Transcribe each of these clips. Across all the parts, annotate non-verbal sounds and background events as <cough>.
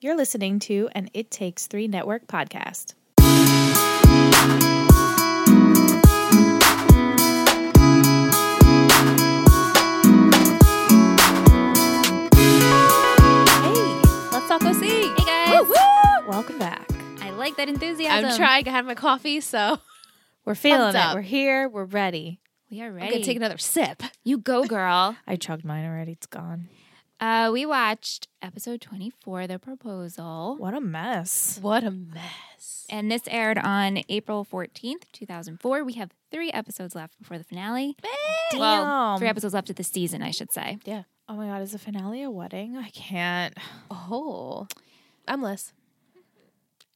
You're listening to an It Takes Three Network podcast. Hey, let's all go see. Hey guys, Welcome back. I like that enthusiasm. I'm trying. I had my coffee, so We're feeling Pumped it. up. We're here. We're ready. We are I'm ready. gonna take another sip. you go, girl. I chugged mine already. It's gone. <laughs> uh, we watched episode 24, The Proposal, What a mess. What a mess! and this aired on April 14th, 2004. We have three episodes left before the finale. Well, Damn. three episodes left of the season, I should say. Yeah. Oh my God, is the finale a wedding? I can't. Oh, I'm less.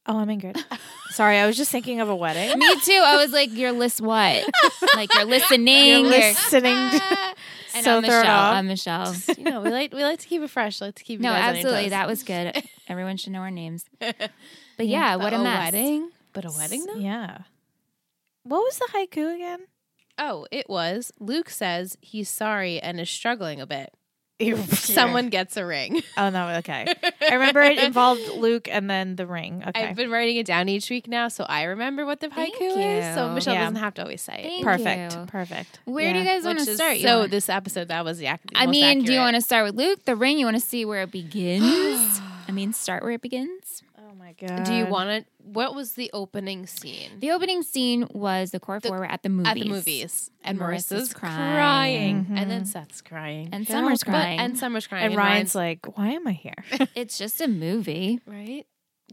Oh, I'm Ingrid. Sorry, I was just thinking of a wedding. Me too. I was like, your list what? <laughs> like <laughs> you're listening. You're listening. and so thrown I'm Michelle. off. I'm Michelle. <laughs> <laughs> You know, we like we like to keep it fresh. Let's keep No, you guys on your absolutely. toes. That was good. <laughs> Everyone should know our names. But yeah, what a But mess. wedding, but a wedding though. Yeah. What was the haiku again? Oh, it was. Luke says he's sorry and is struggling a <laughs> bit. <laughs> Someone gets a ring. Oh no. Okay. I remember <laughs> it involved Luke and then the ring. Okay. I've been writing it down each week now, so I remember what the Thank haiku is. So you. Michelle Yeah. doesn't have to always say it. Thank perfect. you. Perfect. Where do Yeah. you guys want Which to is- start? You so wanna- this episode that was the. ac- the I most mean, do you accurate. want to start with Luke, the ring? You want to see where <gasps> it begins? I mean, start where it begins. Oh my god. Do you want to? What was the opening scene The opening scene was the core The- four were at the movies. at the movies? And Marissa's crying, crying. and Mm-hmm. then Seth's crying, And They're Summer's all- but- but crying. and Summer's crying, And Ryan's like, why am I <laughs> here? <laughs> it's just a movie. right.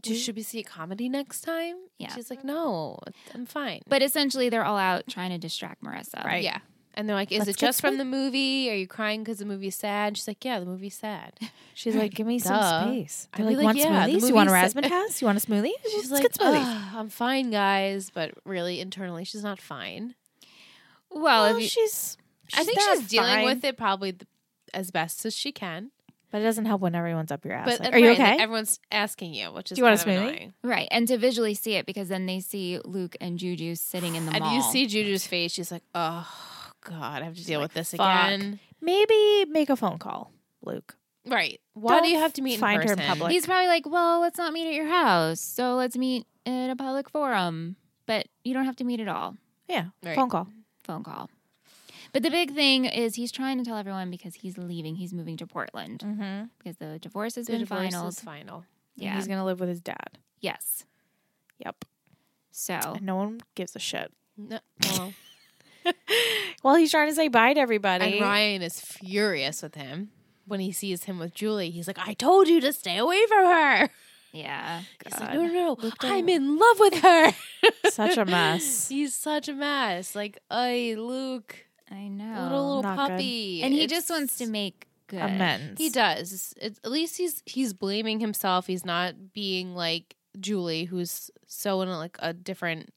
Do- should we see a comedy next time? Yeah. She's like, no, I'm fine. But essentially, they're all out trying to distract Marissa. Right. yeah. And they're like, is Let's it get just from sweet. the movie? Are you crying because the movie's sad? She's like, yeah, the movie's sad. <laughs> She's like, give me Duh. some space. I'd They're be like, like, want yeah, the smoothies? You want a movie's- razzmatazz? You want a smoothie? <laughs> She's Let's like, get smoothies. "Ugh, I'm fine, guys, but really internally, she's not fine. Well, well, if you, Oh, she's, I think there, she's dealing fine. with it probably th- as best as she can. But it doesn't help when everyone's up your ass. But like, and are you right, and okay? Everyone's asking you, which is Do you want a kind of smoothie? annoying. right, and to visually see it because then they see Luke and Juju sitting in the And mall. you see Juju's face. She's like, oh, God, I have to deal with this "Fuck." again. Maybe make a phone call, Luke. Right. Why do Don't you have to meet find in her in person? public. He's probably like, well, let's not meet at your house. So let's meet at a public forum. But you don't have to meet at all. Yeah, Right. phone call. Phone call. But the big thing is he's trying to tell everyone because he's leaving. He's moving to Portland Mm-hmm. because the divorce has The been divorce final. is final. Yeah. He's going to live with his dad. yes. Yep. Oh. So And no one gives a shit. No, well, Well, he's trying to say bye to everybody. and Ryan is furious with him when he sees him with Julie. He's like, "I told you to stay away from her." yeah. He's like, God. "No, no, no, don't- I'm in love with her." Such a <laughs> mess. He's such a mess. Like, "Ay, Luke, I know. little little Not good. puppy," and he It's- just wants to make good. Amends. He does. It's, at least he's he's blaming himself. He's not being like Julie, who's so in like a different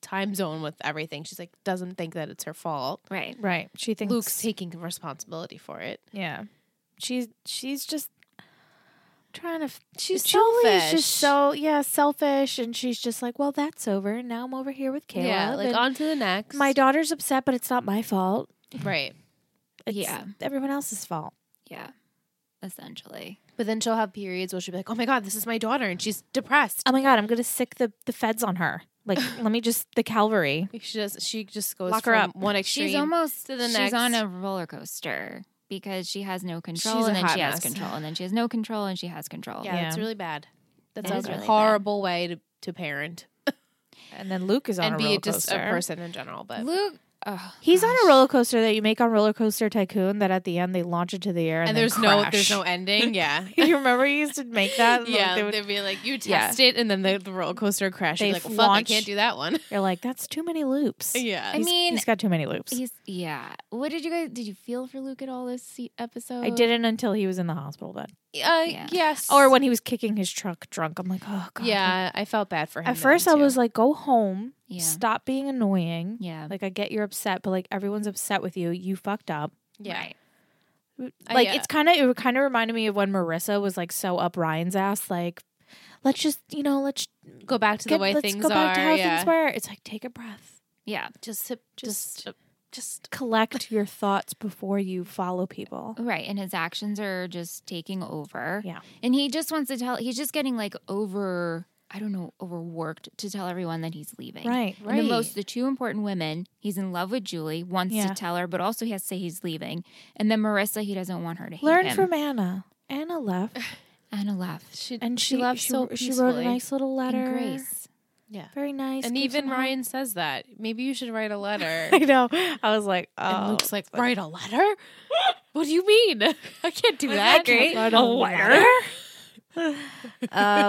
time zone with everything. She's like doesn't think that it's her fault. Right. Right. She thinks Luke's taking responsibility for it. Yeah. She's she's just trying to f- She's Julie's selfish. just so yeah, selfish and she's just like, "Well, that's over. and Now I'm over here with Caleb." yeah, like and on to the next. my daughter's upset, but it's not my fault. right. It's Yeah. everyone else's fault. Yeah. Essentially. But then she'll have periods where she'll be like, "Oh my god, this is my daughter," and she's depressed. Oh my god, I'm going to sick the the feds on her. Like, let me just the Calvary. She just she just goes Lock her from up. one extreme. She's almost to the she's next. on a roller coaster because she has no control She's a and then hot she mess. has control and then she has no control and she has control. yeah, it's Yeah. really bad. That's It a is really bad. horrible way to, to parent And then Luke is on and a be roller just coaster. a person in general. But Luke oh, He's on gosh. a roller coaster that you make on Roller Coaster Tycoon that at the end they launch into the air and, and then there's no there's no crash. ending. <laughs> Yeah, <laughs> you remember you used to make that? And, like, <laughs> yeah. they They would- would be like, "You Yeah. test it," and then the, the roller coaster crashed. They You're like, "Well, fuck, I launch- can't do that one." <laughs> You're like, that's too many loops. yeah, I He's- mean- he's got too many loops. He's yeah. What did you guys did you feel for Luke at all this se- episode? I didn't until he was in the hospital bed, uh, yeah. yes. or when he was kicking his truck drunk. I'm like, oh god. yeah, I felt bad for him. At then, first, I too. was like, go home. Yeah. Stop being annoying. Yeah. Like I get you're upset, but like everyone's upset with you. You fucked up. yeah. Right. Uh, Like yeah. it's kind of it kind of reminded me of when Marissa was like so up Ryan's ass. Like, let's just you know let's Go back to the get, way let's things go back are. to how yeah. things were. It's like take a breath. Yeah. Just, just, Just- just just collect your thoughts before you follow <laughs> people. Right. And his actions are just taking over. Yeah. And he just wants to tell, he's just getting like over, I don't know, overworked to tell everyone that he's leaving. Right, And the most, the two important women, he's in love with Julie, wants Yeah. to tell her, but also he has to say he's leaving. And then Marissa, he doesn't want her to hate Learn him. from Anna. Anna left, Anna left. she and she, left. she, so she wrote a peacefully. nice little And letter. Grace. yeah very nice. and gave even some help. Ryan <laughs> says that maybe you should write a <laughs> letter I know. I was like, oh, and Luke's like write a letter what do you mean <laughs> I can't do that Write a letter. <laughs> oh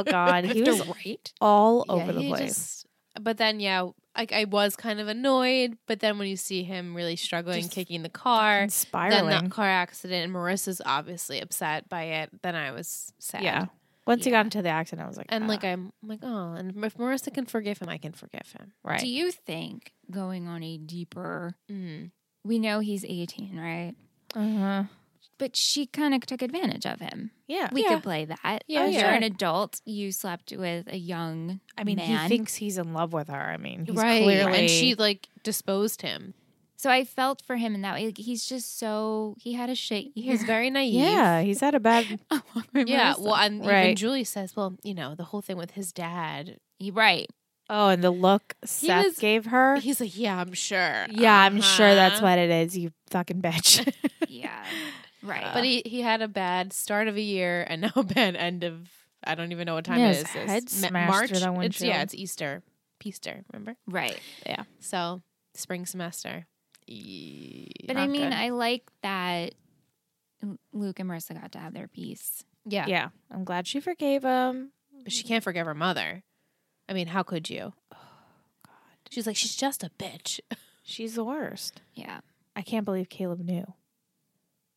God, he I have was to write all Yeah, over the he place. just- but then yeah like I was kind of annoyed but then when you see him really struggling Just kicking the car And then spiraling. that car accident and Marissa's obviously upset by it then I was sad yeah. Once he Yeah. got into the accident, I was like, and ah, like I'm like oh and if Marissa can forgive him I can forgive him right. Do you think going on a deeper, mm. we know he's 18, right? uh-huh. But she kind of took advantage of him. Yeah. We Yeah. could play that. Yeah, You're sure. an adult. You slept with a young. I mean, he man. thinks he's in love with her. I mean, he's right clearly and she like disposed him So I felt for him in that way. Like, he's just so he had a shit <laughs> year. he's very naive Yeah, he's had a <laughs> bad. yeah well and even Right. Julie says well you know the whole thing with his dad He- right. Oh, and the look He Seth was- gave her. he's like yeah I'm sure yeah, I'm sure that's Uh-huh. what it is. You fucking bitch. Yeah. <laughs> Right. but he he had a bad start of a year and <laughs> now a bad end of I don't even know what time Yeah, it his is It's head Ma- smashed March through that it's yeah windshield. it's Easter Easter remember right. so spring semester E- But I Not mean, uh, good. I like that L- Luke and Marissa got to have their peace. yeah, yeah, I'm glad she forgave him. but she can't forgive her mother I mean how could you Oh, she's like she's just a bitch She's the worst. Yeah. I can't believe Caleb knew.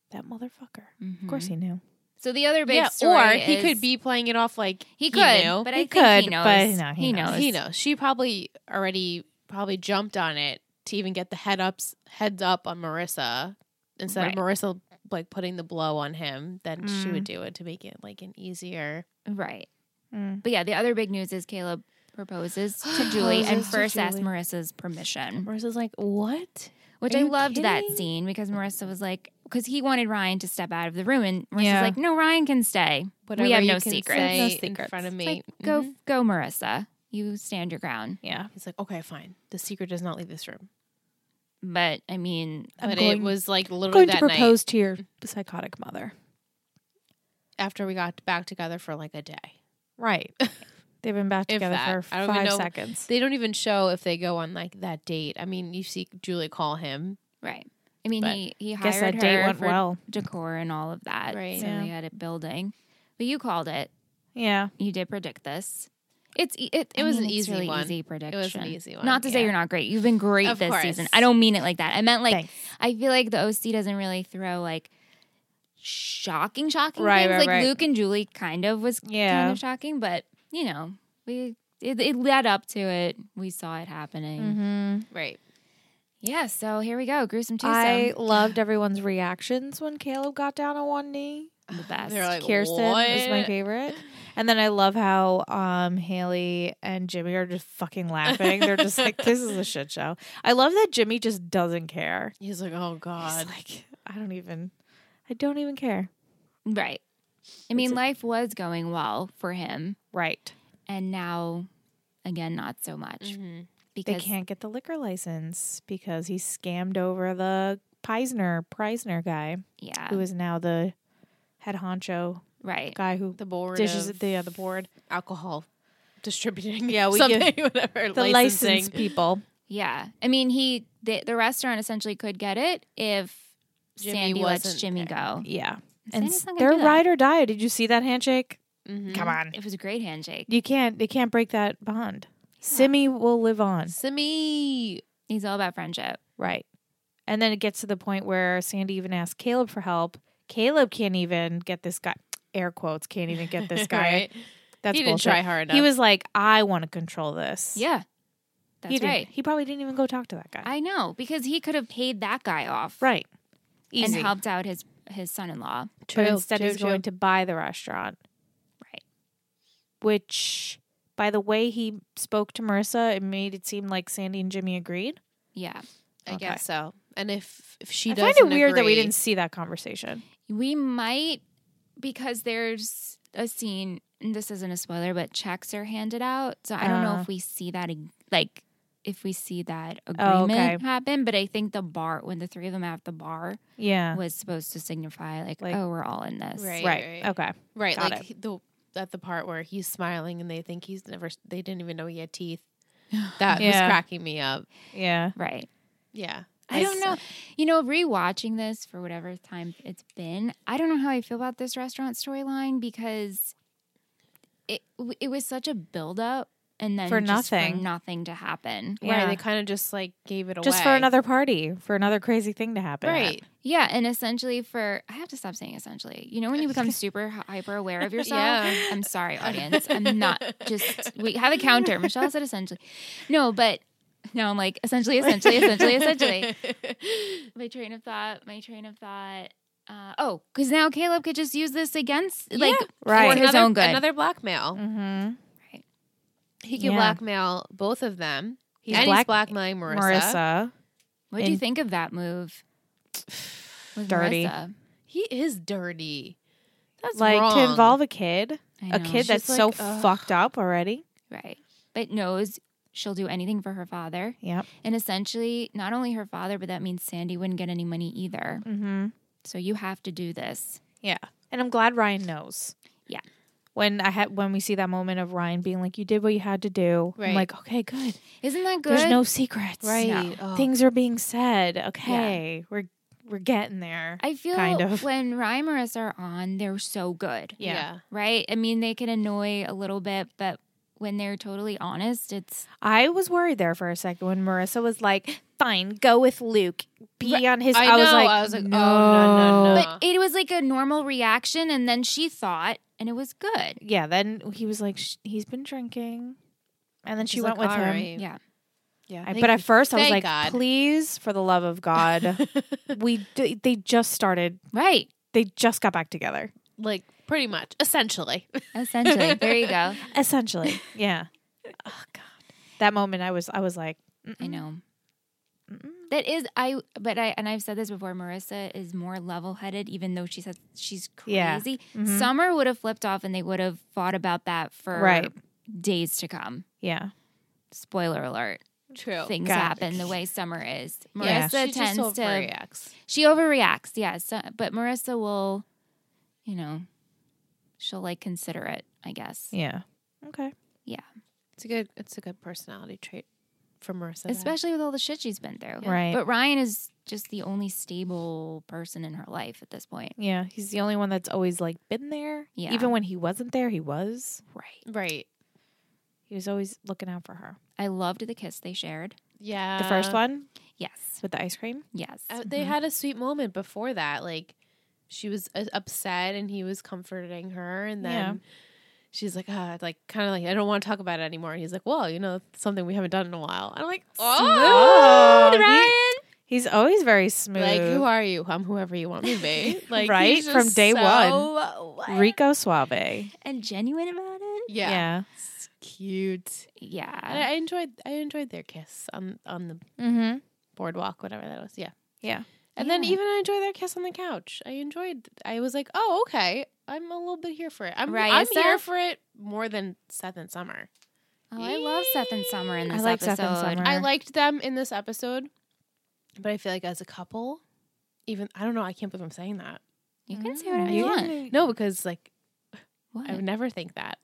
That motherfucker. Of course he knew. So the other big Mm-hmm. yeah story or he is- could be playing it off like he could, knew. but I He think he could, knows. but no, he knows. He knows. She probably already probably jumped on it to even get the head ups heads up on Marissa instead of Marissa like putting the blow on him. Then she Mm. would do it to make it like an easier. Right. Mm. But yeah, the other big news is Caleb proposes <gasps> to Julie and Proposes to first asks Julie. Marissa's permission. Marissa's like, what? Which Are I you loved that kidding? scene because Marissa was like, because he wanted Ryan to step out of the room, and Marissa's Yeah. like, "No, Ryan can stay. we have no secrets. say No in secrets. front of It's me. Like, go, Mm-hmm. Mhm. go, Marissa. You stand your ground." Yeah, He's like, okay, fine. The secret does not leave this room. But I mean, I'm but it going- was like I'm literally going to that propose to your psychotic mother. night after we got back together for like a day. Right. <laughs> They've been back If together that. for I don't even five know- seconds. They don't even show if they go on like that date. I mean, you see Julie call him. right? I mean, But he he hired Guess that her date went for well. decor and all of that, Right. So Yeah. they had it building. But you called it. Yeah. You did predict this. It's e- it. It I was mean, an it's easy really one. Easy an prediction. easy one, Not to say yeah. you're not great. You've been great Of this course. season. I don't mean it like that. I meant like Thanks. I feel like the OC doesn't really throw like shocking, shocking Right, things. right, like right. Luke and Julie kind of was Yeah. kind of shocking, but you know, we it, it led up to it. We saw it happening. Mm-hmm. Right. Yeah, so here we go. Gruesome twosome. I um, loved everyone's reactions when Caleb got down on one knee. the best. They're like, Kirsten was my "What?" favorite. And then I love how um, Haley and Jimmy are just fucking laughing. They're just like, this is a shit show. I love that Jimmy just doesn't care. He's like, oh God. He's like, I don't even, I don't even care. right. I mean, life was going well for him, Right. and now again not so much Mhm. Mm-hmm. They because can't get the liquor license because he scammed over the Peisner, Preisner guy, yeah, who is now the head honcho right. guy who the board dishes of at the other board. alcohol distributing. Yeah, we <laughs> something, give whatever The licensing. licensed people. Yeah, I mean, he the, the restaurant essentially could get it if Jimmy Sandy lets wasn't Jimmy there. go. Yeah. And Sandy's s- not gonna they're do that. ride or die. Did you see that handshake? Mhm. Come on. It was a great handshake. You can't they can't break that bond. Simi will live on. Simi. He's all about friendship. Right. And then it gets to the point where Sandy even asks Caleb for help. Caleb can't even get this guy air quotes, can't even get <laughs> this guy. Right? That's he didn't bullshit. try hard enough. He was like, I want to control this. Yeah, that's he didn't- right. He probably didn't even go talk to that guy. I know because he could have paid that guy off right. and Easy. helped out his his son-in-law. but instead he's going to buy the restaurant. Right. Which by the way he spoke to Marissa, it made it seem like Sandy and Jimmy agreed. Yeah, I Okay. guess so. and if if she I doesn't find it weird that we agree- didn't see that conversation. We might because there's a scene. And this isn't a spoiler, but checks are handed out, so I don't know Oh. if we see that ag- like if we see that Oh, agreement okay. happen. But I think the bar when the three of them at the bar Yeah. was supposed to signify like, Like- oh, we're all in this. Right. Right. Okay. right Got like he- the at the part where he's smiling and they think he's never s- they didn't even know he <sighs> had teeth. That was Yeah. cracking me up. Yeah. Right. Yeah. I don't know. You know, rewatching this for whatever time it's been, I don't know how I feel about this restaurant storyline because it it was such a buildup and then For just for nothing. nothing to happen. Yeah. Right. They kind of just like gave it away. Just for another party, for another crazy thing to happen. Right. Yeah, and essentially for I have to stop saying essentially. You know when <laughs> you become super hy- hyper aware of yourself. Yeah. I'm sorry, audience. I'm not just we have a counter. Michelle said essentially. No, but now I'm like essentially, essentially, <laughs> essentially, essentially. my train of thought my train of thought uh, oh because now caleb could just use this against like Right. for his another, own good Another blackmail. Mm-hmm. He can Yeah. blackmail both of them. He's and black- he's blackmailing Marissa. Marissa. what do you And- think of that move with Dirty. Marissa? He is dirty. That's like wrong. to involve a kid, I a know. kid that's She's so like, ugh. fucked up already. right but knows she'll do anything for her father Yep. and essentially not only her father but that means sandy wouldn't get any money either Mm-hmm. so you have to do this Yeah. And I'm glad Ryan knows. Yeah. When I had when we see that moment of Ryan being like, "You did what you had to do," I'm Right. like, "Okay, good. isn't that good There's no secrets. right. No. Oh. Things are being said. Okay, we're we're getting there. i feel kind of. when ryan and marissa are on they're so good Yeah. right i mean they can annoy a little bit but when they're totally honest it's I was worried there for a second when Marissa was like, "Fine, go with Luke. Be on his." I I, was know. like, I was like, oh, no. no, Uh. no, no. But it was like a normal reaction, and then she thought, and it was good. Yeah. Then he was like, "Sh- "He's been drinking," and then she She's went like, with "All him. right." Yeah. Yeah. I, Thank but you. at first, I was Thank like, God. "Please, for the love <laughs> of God, we d- they just started. Right. They just got back together, like pretty much, <laughs> essentially. Essentially. there you go. essentially. <laughs> yeah. Oh God, that moment, I was, I was like, I "Mm-mm, know. mm-mm." That is I but I and I've said this before, Marissa is more level headed, even though she says she's Yeah. crazy. Mhm. Summer would have flipped off and they would have fought about that for Right. days to come. Yeah. Spoiler alert. True. Things God. happen the way Summer is. Yeah. Marissa Oh, she tends just to overreacts. she overreacts, yes. but Marissa will, you know, she'll like consider it, I guess. Yeah. Okay. It's a good. It's a good personality trait for Marissa. to have. especially with all the shit she's been through. Yeah. Right. But Ryan is just the only stable person in her life at this point. Yeah. He's the only one that's always like been there. Yeah. Even when he wasn't there, he was. Right. right. He was always looking out for her. I loved the kiss they shared. Yeah. The first one Yes. with the ice cream. Yes. Uh, They Mhm. had a sweet moment before that. Like she was uh, upset and he was comforting her, and then. Yeah. She's like, ah, like kind of like I don't want to talk about it anymore. And he's like, well, you know, it's something we haven't done in a while. And I'm like, oh, Smooth, he- Ryan, He's always very smooth. like who are you? I'm whoever you want me <laughs> to be. Like he's Right? just From day so- Rico Suave. Yeah. and genuine about it. Yeah. It's cute. I, Yeah. I enjoyed I enjoyed their kiss on on the Mm-hmm. boardwalk, whatever that was. Yeah. Yeah. And then Yeah. even I enjoyed their kiss on the couch. I enjoyed I was like, oh, okay. I'm a little bit here for it. I'm Right, I'm Seth? here for it more than Seth and Summer. Oh, I love Seth and Summer in I this like episode. Seth and Summer. I Sure. liked them in this episode, but I feel like as a couple, even I don't know, I can't believe I'm saying that. You can Mm-hmm. say whatever You you can <laughs> want. No, because like What? I would never think that.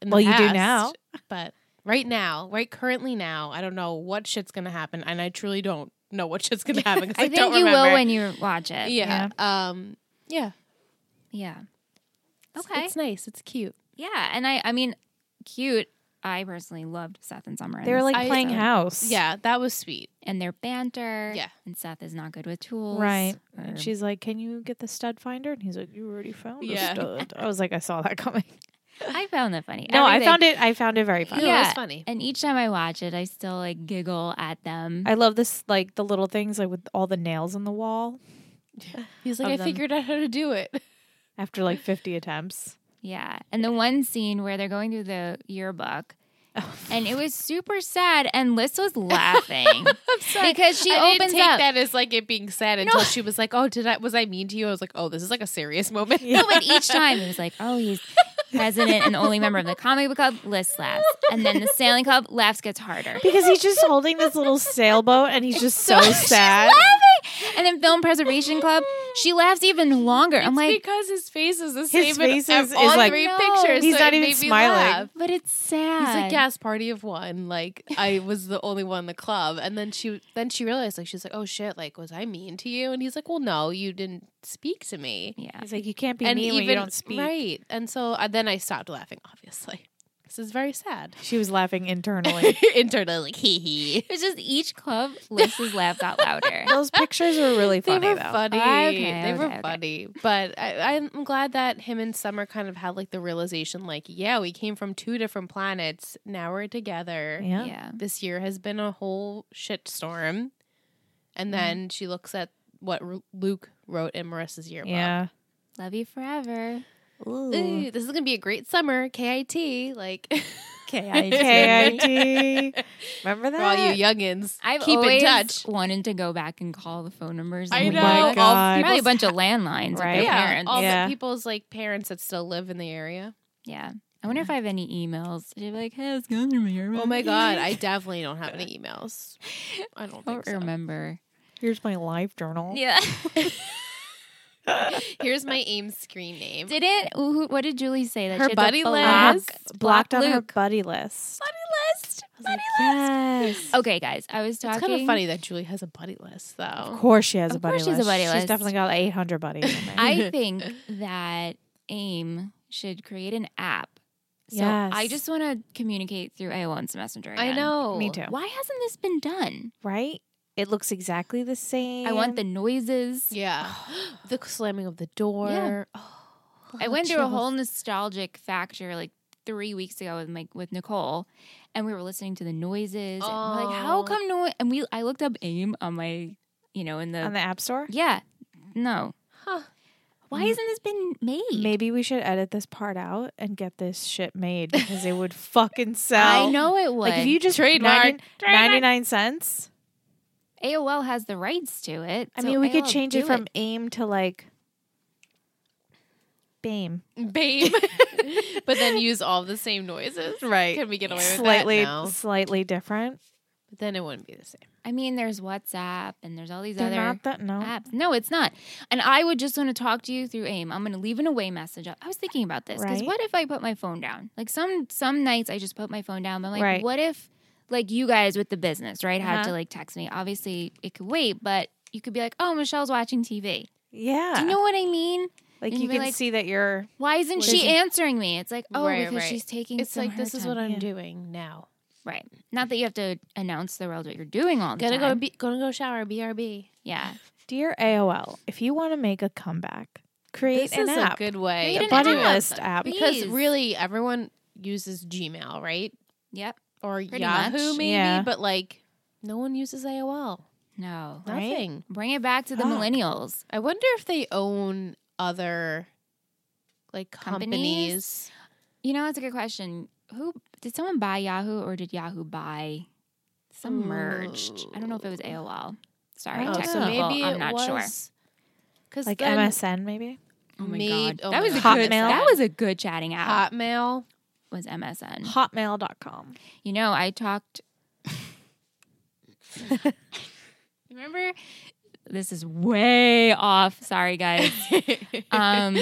in the Well, you do past, now. But right now, right currently now, I don't know what shit's gonna happen, and I truly don't know what shit's <laughs> gonna happen. 'cause I I, think don't you remember. will when you watch it. Yeah. Um. Yeah. Yeah. It's- Okay. It's nice. It's cute. yeah. And I I mean, cute. I personally loved Seth and Summer. in They were this like I- playing episode. house. Yeah, that was sweet. and their banter. Yeah. And Seth is not good with tools. Right. or- And she's like, Can you get the stud finder? And he's like, You already found the Yeah. stud. I was like, I saw that coming. I found that funny. No, I Everything. found it I found it very No, funny. it Yeah. was funny. And each time I watch it, I still like giggle at them. I love this like the little things like with all the nails on the wall He's Of like, I them. figured out how to do it. <laughs> after like fifty attempts. <laughs> yeah. And the one scene where they're going through the yearbook Oh. and it was super sad. And Liz <laughs> was laughing because she I didn't opens take up. that as like it being sad until she was like, "Oh, did I was I mean to you?" I was like, "Oh, this is like <laughs> a serious moment." <laughs> Yeah. No, <laughs> but each time it was like, oh, he's president and only member of the comic book club. Liz laughs, and then the sailing club laughs gets harder. because he's just holding this little sailboat and he's just so She's sad. <laughs> laughing. And then Film Preservation Club, she laughs even longer. I'm It's like, because his face is the same His face in ev- is- all is like- three No. pictures. He's so not it even made me smiling. laugh. but it's sad. He's like, yes, party of one. Like I was the only one in the club, and then she then she realized like she's like, oh shit, like was I mean to you? And he's like, well, no, you didn't speak to me. yeah. He's like, you can't be and mean when you don't speak. right, and so I, then I stopped laughing. Obviously, <laughs> this is very sad. She was laughing <laughs> <laughs> internally. Internally, like hee hee. It was just each club, Liz's laugh got louder. <laughs> Those pictures were really They funny were though. funny. Okay, they okay, were okay. funny, but I, I'm glad that him and Summer kind of had like the realization, like, yeah, we came from two different planets. Now we're together. Yeah. Yeah. this year has been a whole shit storm. Mm-hmm. And then she looks at what R- Luke wrote in Marissa's yearbook. Yeah. Love you forever. Ooh, this is gonna be a great summer, KIT. Like <laughs> K-I-T. <laughs> Remember for that? all you youngins, I've keep always in touch. wanted to go back and call the phone numbers. I and know. Oh my all God. Probably a people's- <laughs> bunch of landlines Right. with their yeah, parents. all Yeah. the people's like parents that still live in the area. yeah. I wonder if I have any emails. They'd be like, hey, let's go through here. "Mm, Oh my god, <laughs> I definitely don't have any emails. I don't think don't so. Oh. remember. Here's my live journal. <laughs> Yeah. <laughs> Here's my AIM screen name. Didn't who, what did Julie say that Her she had to buddy block- list. Uh-huh. Blocked block on her Luke. buddy list. Buddy list. I was like, yes. Okay, guys, I was It's talking. kind of funny that Julie has a buddy list, Of though. course she has a Of buddy course she has a list. buddy She's list. definitely got 800 buddies. in <laughs> there. <laughs> I think that AIM should create an app. So Yes. I just want to communicate through AOL and Messenger. I again. know. Me too. Why hasn't this been done? right? It looks exactly the same. I want the noises. Yeah. <gasps> the slamming of the door. Oh, I went through a whole nostalgic factor like three weeks ago with my with Nicole, and we were listening to the noises. And we're like, how Oh. come no? And we I looked up AIM on my, you know, in the, on the app store. yeah, no. Huh. Why Mm. hasn't this been made? Maybe we should edit this part out and get this shit made because it would fucking sell. I know it would. Like if you just Trademark. 90 99 cents. AOL has the rights to it. I so mean, we could AOL change it do from aim to like BAME. babe. <laughs> but <laughs> then use all the same noises. Right. Can we get away with slightly that? No. slightly different. But then it wouldn't be the same. I mean, there's WhatsApp and there's all these They're other not that no. apps. No, it's not. And I would just want to talk to you through AIM. I'm going to leave an away message up. I was thinking about this because Right. what if I put my phone down? Like some some nights I just put my phone down. But I'm like, Right. what if like you guys with the business right have Uh-huh. to like text me? Obviously, it could wait, but you could be like, oh, Michelle's watching TV. Yeah. Do you know what I mean? like and you be can like- see that you're Why isn't What she is it? answering me? It's like, oh, Right, because right. she's taking. It's some like her this is time. what I'm Yeah. doing now. right. Not that you have to announce to the world what you're doing all the Gonna time. go be, gonna go shower, BRB. yeah. dear AOL. If you want to make a comeback, create This an is app. a good way. Create the an buddy app. list app. Because Please. really everyone uses Gmail, right? Yep. Or Pretty Yahoo much. maybe, Yeah. but like no one uses AOL. No. Right. Nothing. Bring it back to the Fuck. millennials. I wonder if they own other like companies. Companies? You know, that's a good question. Who did someone buy Yahoo or did Yahoo buy? Some Mm. merged. I don't know if it was Ooh. AOL. Sorry, Oh, so technical. I'm not sure. Because Like MSN maybe? Oh my made- god, oh that my was a God. good. Hotmail? That was a good chatting app. Hotmail. Was MSN. Hotmail.com. You know, I talked. <laughs> Remember, this is way off. Sorry, guys. <laughs> Um,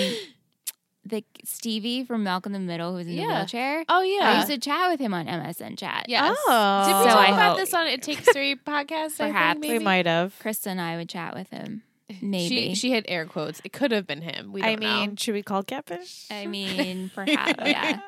the Stevie from Malcolm in the Middle, who was in the Yeah. wheelchair. oh I yeah, used to chat with him on MSN chat. yes. Oh. Did we So talk I about hope- this on It <laughs> Takes Three podcast? I Perhaps. think, We We maybe? might have. Krista and I would chat with him. Maybe. She, she had air quotes. It could have been him. We don't I mean, <laughs> should we call catfish? I mean, know. perhaps. <laughs> Yeah.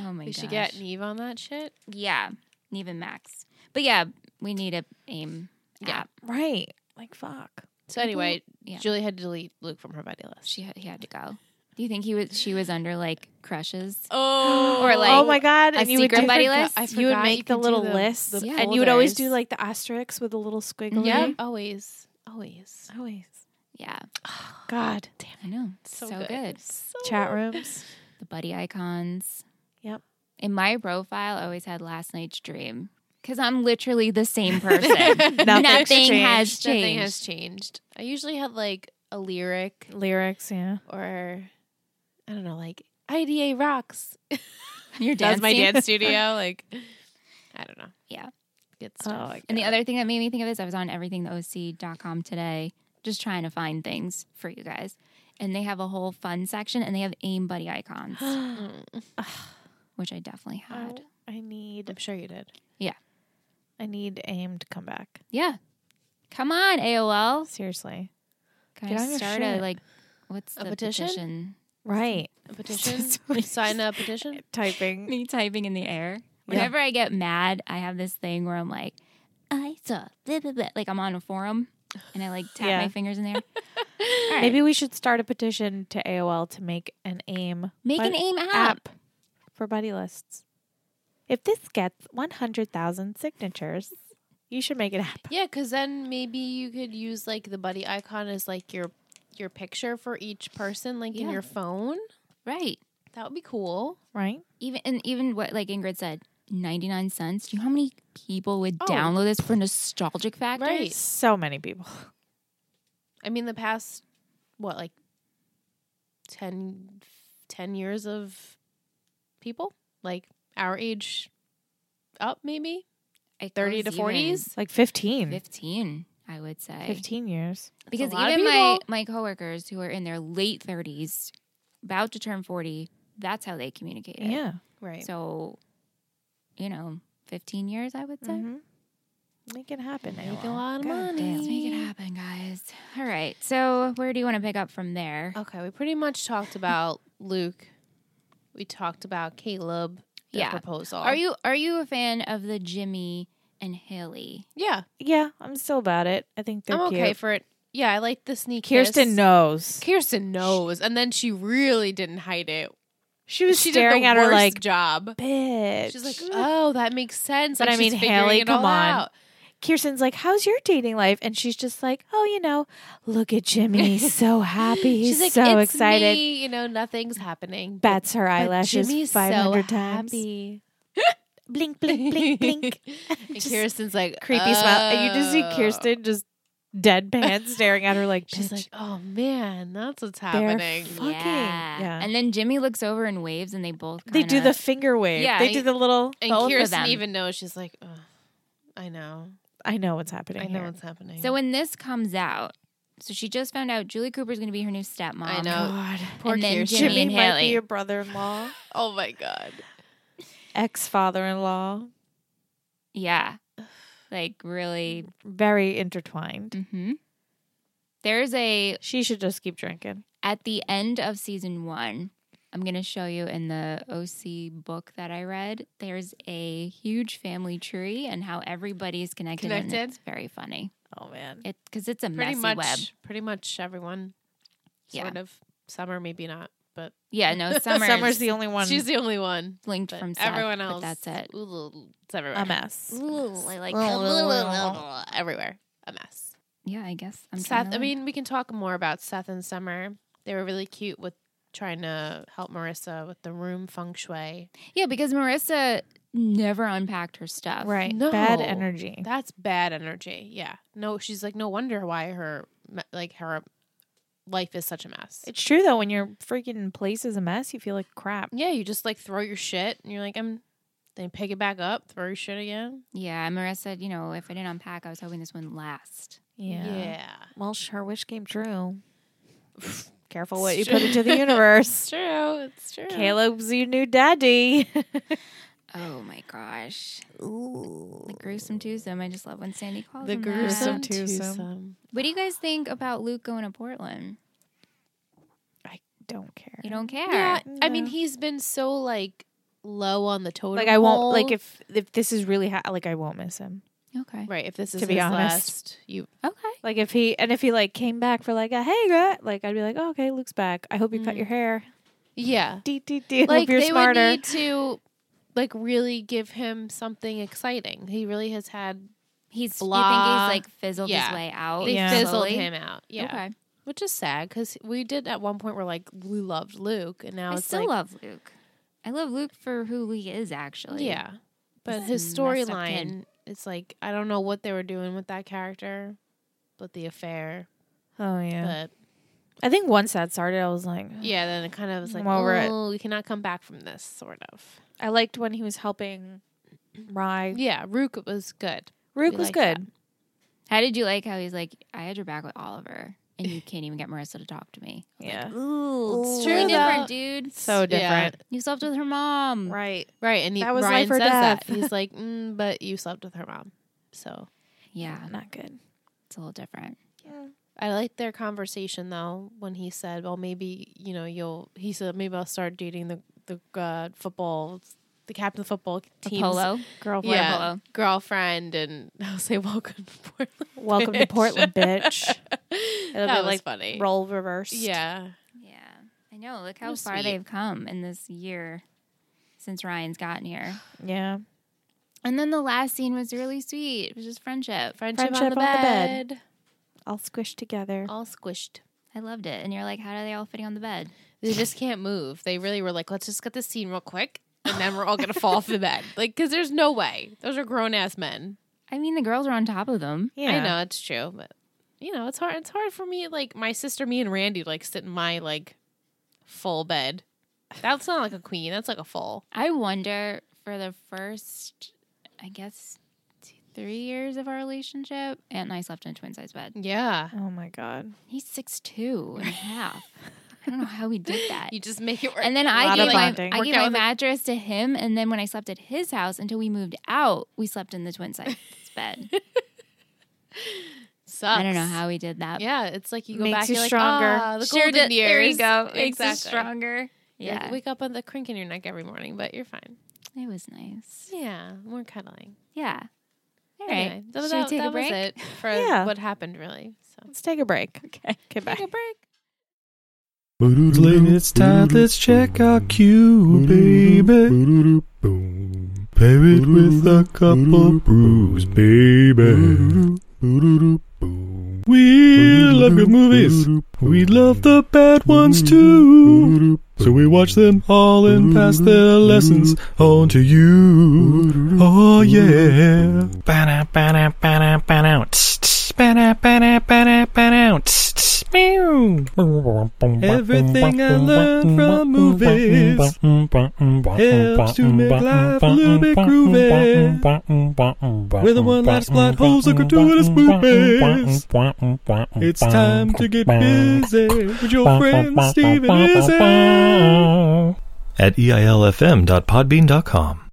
Oh my we gosh. should get Neve on that shit. yeah, even Max. But yeah, we need a aim. Yeah. app. Right. Like fuck. So anyway, Yeah. Julie had to delete Luke from her buddy list. she he had to go. Do you think he was? She was under like crushes. <gasps> Oh, <gasps> Or, like, oh my god! a And you would secret do- <laughs> buddy I list? forgot- I you would forgot you make could the do little the- list, the and you would always do folders. like the asterisks with the little squiggly. yeah, always, always. Always. Yeah, God. I know. So So, good. <laughs> good. So Chat rooms. The buddy icons. Yep. in my profile I always had last night's dream because I'm literally the <laughs> same person. Nothing has changed. Nothing has changed. I usually have like a lyric lyrics. Yeah, or I don't know, like IDA rocks. You're That was dancing. my dance <laughs> studio. Like I don't know. Yeah. Good Oh, stuff. I And the other thing that made me think of this, I was on everythingtheoc.com today, just trying to find things for you guys. And they have a whole fun section and they have aim <gasps> buddy icons, Mm. which I definitely had. Oh, I need. I'm sure you did. I need aim to come back. Yeah. Come on, AOL. Seriously, Kind Get of on your start a shit. like what's A the petition? petition? right? <laughs> A petition. Sign a petition. Typing. Me typing in the air. Yeah. Whenever I get mad, I have this thing where I'm like, I saw blah, blah, blah. like I'm on a forum and I like tap Yeah. my fingers <laughs> in the air. All right. Maybe we should start a petition to AOL to make an aim make bud- an aim app. app for buddy lists. If this gets 100,000 signatures, you should make an app. Yeah, because then maybe you could use like the buddy icon as like your your picture for each person, like in Yeah. your phone. Right. That would be cool. Right? even and even what like Ingrid said, ninety nine cents. Do you know how many people would Oh. download this for nostalgic factor? Right. So many people. I mean, the past what like 10, 10 years of people like our age up maybe It 30 to goes even 40s Like 15. fifteen. I would say 15 years. because a lot of even my people. my coworkers who are in their late thirties, about to turn forty, that's how they communicate. it. Yeah. right So, you know, fifteen years. I would say. Mhm. Make it happen. make a AOL. lot of God money damn, Let's make it happen, guys. All right. So, where do you want to pick up from there? Uh, okay we pretty much talked about luke we talked about caleb the Yeah. proposal Are you are you a fan of the Jimmy and Haley? yeah Yeah, I'm still about it. I think they're i'm okay cute. for it yeah i like the sneak Kirsten kiss. knows. kirsten knows and then she really didn't hide it She was she staring did at the her worst like, job bitch. She's like, oh, that makes sense. But Like, I mean, she's figuring Haley, it all come on. out. Kirsten's like, how's your dating life? And she's just like, oh, you know, look at Jimmy. <laughs> He's so happy. He's she's like, so "It's excited. me," You know, nothing's happening. <laughs> Bats her but eyelashes Jimmy's so 500 times. happy. <laughs> Blink, blink, blink, <laughs> blink. <laughs> and Just Kirsten's like Creepy smile. And you just see "Oh." Kirsten just deadpan staring at her like, She's bitch. like, oh man, that's what's happening. fucking- yeah. And then Jimmy looks over and waves, and they both they do kinda- the finger wave. Yeah, they I- do the little, And both of Kirsten them. even knows. She's like, "Ugh, I know, I know what's happening. I know here. what's happening. So when this comes out, so she just found out Julie Cooper's going to be her new stepmom. I know. God. poor and then Kirsten. Jimmy Jimmy and might be Haley. your brother in law, oh my god, ex father in law. Yeah, like really. Very Mm. intertwined. Mm-hmm. hmm There's a She should just keep drinking. at the end of season one. I'm going to show you in the OC book that I read. There's a huge family tree and how everybody's connected. and Connected? it's very funny. Oh, man. It because it's a pretty messy much, web. pretty much everyone, Yeah. sort of. Summer, maybe not, but <laughs> Yeah, no, summer's, Summer's the only one she's the only one. linked But from Seth, everyone but else. that's it. ooh, It's everywhere. a mess. Ooh, <laughs> I like everywhere. A mess. Yeah, I guess. I'm trying Seth. to I look. mean, we can talk more about Seth and Summer. They were really cute with trying to help Marissa with the room feng shui. yeah, because Marissa never unpacked her stuff. Right. No. Bad energy. That's bad energy. Yeah. No, she's like, no wonder why her me- like her life is such a mess. It's true though. When your freaking place is a mess, you feel like crap. yeah, you just like throw your shit, and you're like, I'm. Then pick it back up, throw your shit again. Yeah, Marissa, you know, if I didn't unpack, I was hoping this one last. yeah. Well, sh- her wish came <sighs> true. Careful what you put into <laughs> the universe. It's true. It's true. Caleb's your new daddy. <laughs> Oh my gosh. Ooh. The gruesome twosome. I just love when Sandy calls the him gruesome That. twosome. twosome. What do you guys think about Luke going to Portland? I don't care. You don't care. Yeah, I mean, No. he's been so like low on the totem. like I won't like pole. if if this is really ha- like I won't miss him. Okay. right. If this is to be his honest. last, you Okay. Like if he and if he like came back for like a hey girl, like I'd be like oh, okay Luke's back. I hope you cut your hair. <laughs> yeah, Dee dee dee. Mm. like hope you're they smarter. would need to like really give him something exciting. He really has had He's Blah. you think he's like fizzled Yeah. his way out. they Oh, Yeah. fizzled slowly? him out. Yeah, Okay. which is sad because we did at one point. We're like we loved Luke, and now I it's still like love Luke. I love Luke for who he is, actually. yeah. But This his messed up kid. storyline, it's like I don't know what they were doing with that character, but the affair. Oh yeah. But I think once that started, I was like, yeah, then it kind of was like, I'm over it. oh, we cannot come back from this, sort of. I liked when he was <clears throat> helping Rye. Yeah, Rook was good. Rook We was like good. How did you like how he's like, I had your back with Oliver, and you can't even get Marissa to talk to me? Yeah. Ooh, it's it's true, true though. different, dude. So Yeah. different. You slept with her mm. mom. Right. Right, and he, That was Ryan life or says that death. <laughs> he's like, mm, but you slept with her mom, so Yeah, Not good. it's a little different. I liked their conversation though when he said, "Well, maybe you know you'll." He said, "Maybe I'll start dating the the uh, football, the captain of the football team's Apollo. Girlfriend. yeah, Apollo. girlfriend," and <laughs> I'll say, "Welcome to Portland." Welcome to bitch. <laughs> Portland, bitch. It'll that be was like funny. Roll reverse. Yeah, Yeah, I know. Look how was far sweet. they've come in this year since Ryan's gotten here. Yeah. And then the last scene was really sweet. It was just friendship. friendship, Friendship on, the, on the bed. bed. All squished together. all squished. I loved it. And you're like, how are they all fitting on the bed? They just can't move. They really were like, "Let's just get this scene real quick." And then we're all gonna fall <laughs> off the bed, like, because there's no way. Those are grown ass men. I mean, the girls are on top of them. Yeah. I know it's true, but you know it's hard. It's hard for me. Like my sister, me and Randy, like sit in my like full bed. That's not like a queen. That's like a full. I wonder for the first, I guess, two, three years of our relationship, Aunt and I slept in a twin size bed. Yeah, Oh my god. He's six two and a half. I don't know how he did <laughs> that. you just make it work. And then lot I of gave my, bonding. I Worked gave out my with a- mattress to him, and then when I slept at his house until we moved out, we slept in the twin size bed. sucks. I don't know how he did that. Yeah, it's like you go Makes back. you you're stronger. Like, ah, the Sure golden did- years. There you go. Exactly. Makes us stronger. You, like, Yeah, wake up with a crink in your neck every morning, but you're fine. it was nice. Yeah, more cuddling. Yeah. All right. Anyway, th- Should we that, take a that break? was it for Yeah. what happened, really. So Let's take a <laughs> break. Okay. Okay, bye. take a break. Late, it's time. Let's check our queue, baby. baby. Pair it with a couple brews, baby. We love good movies. We love the bad ones too. So we watch them all and pass their lessons on to you. Oh yeah. Ba-da, ba-da, ba-da, ba-da. Tss, tss. Ba-da, ba-da, ba-da, ba-da. Tss, tss. Meow. Everything I learned from movies helps to make life a little bit groovy. Whether one last plot holes or gratuitous movies, it's time to get busy with your friend Steven Izzy. At eilfm.podbean.com.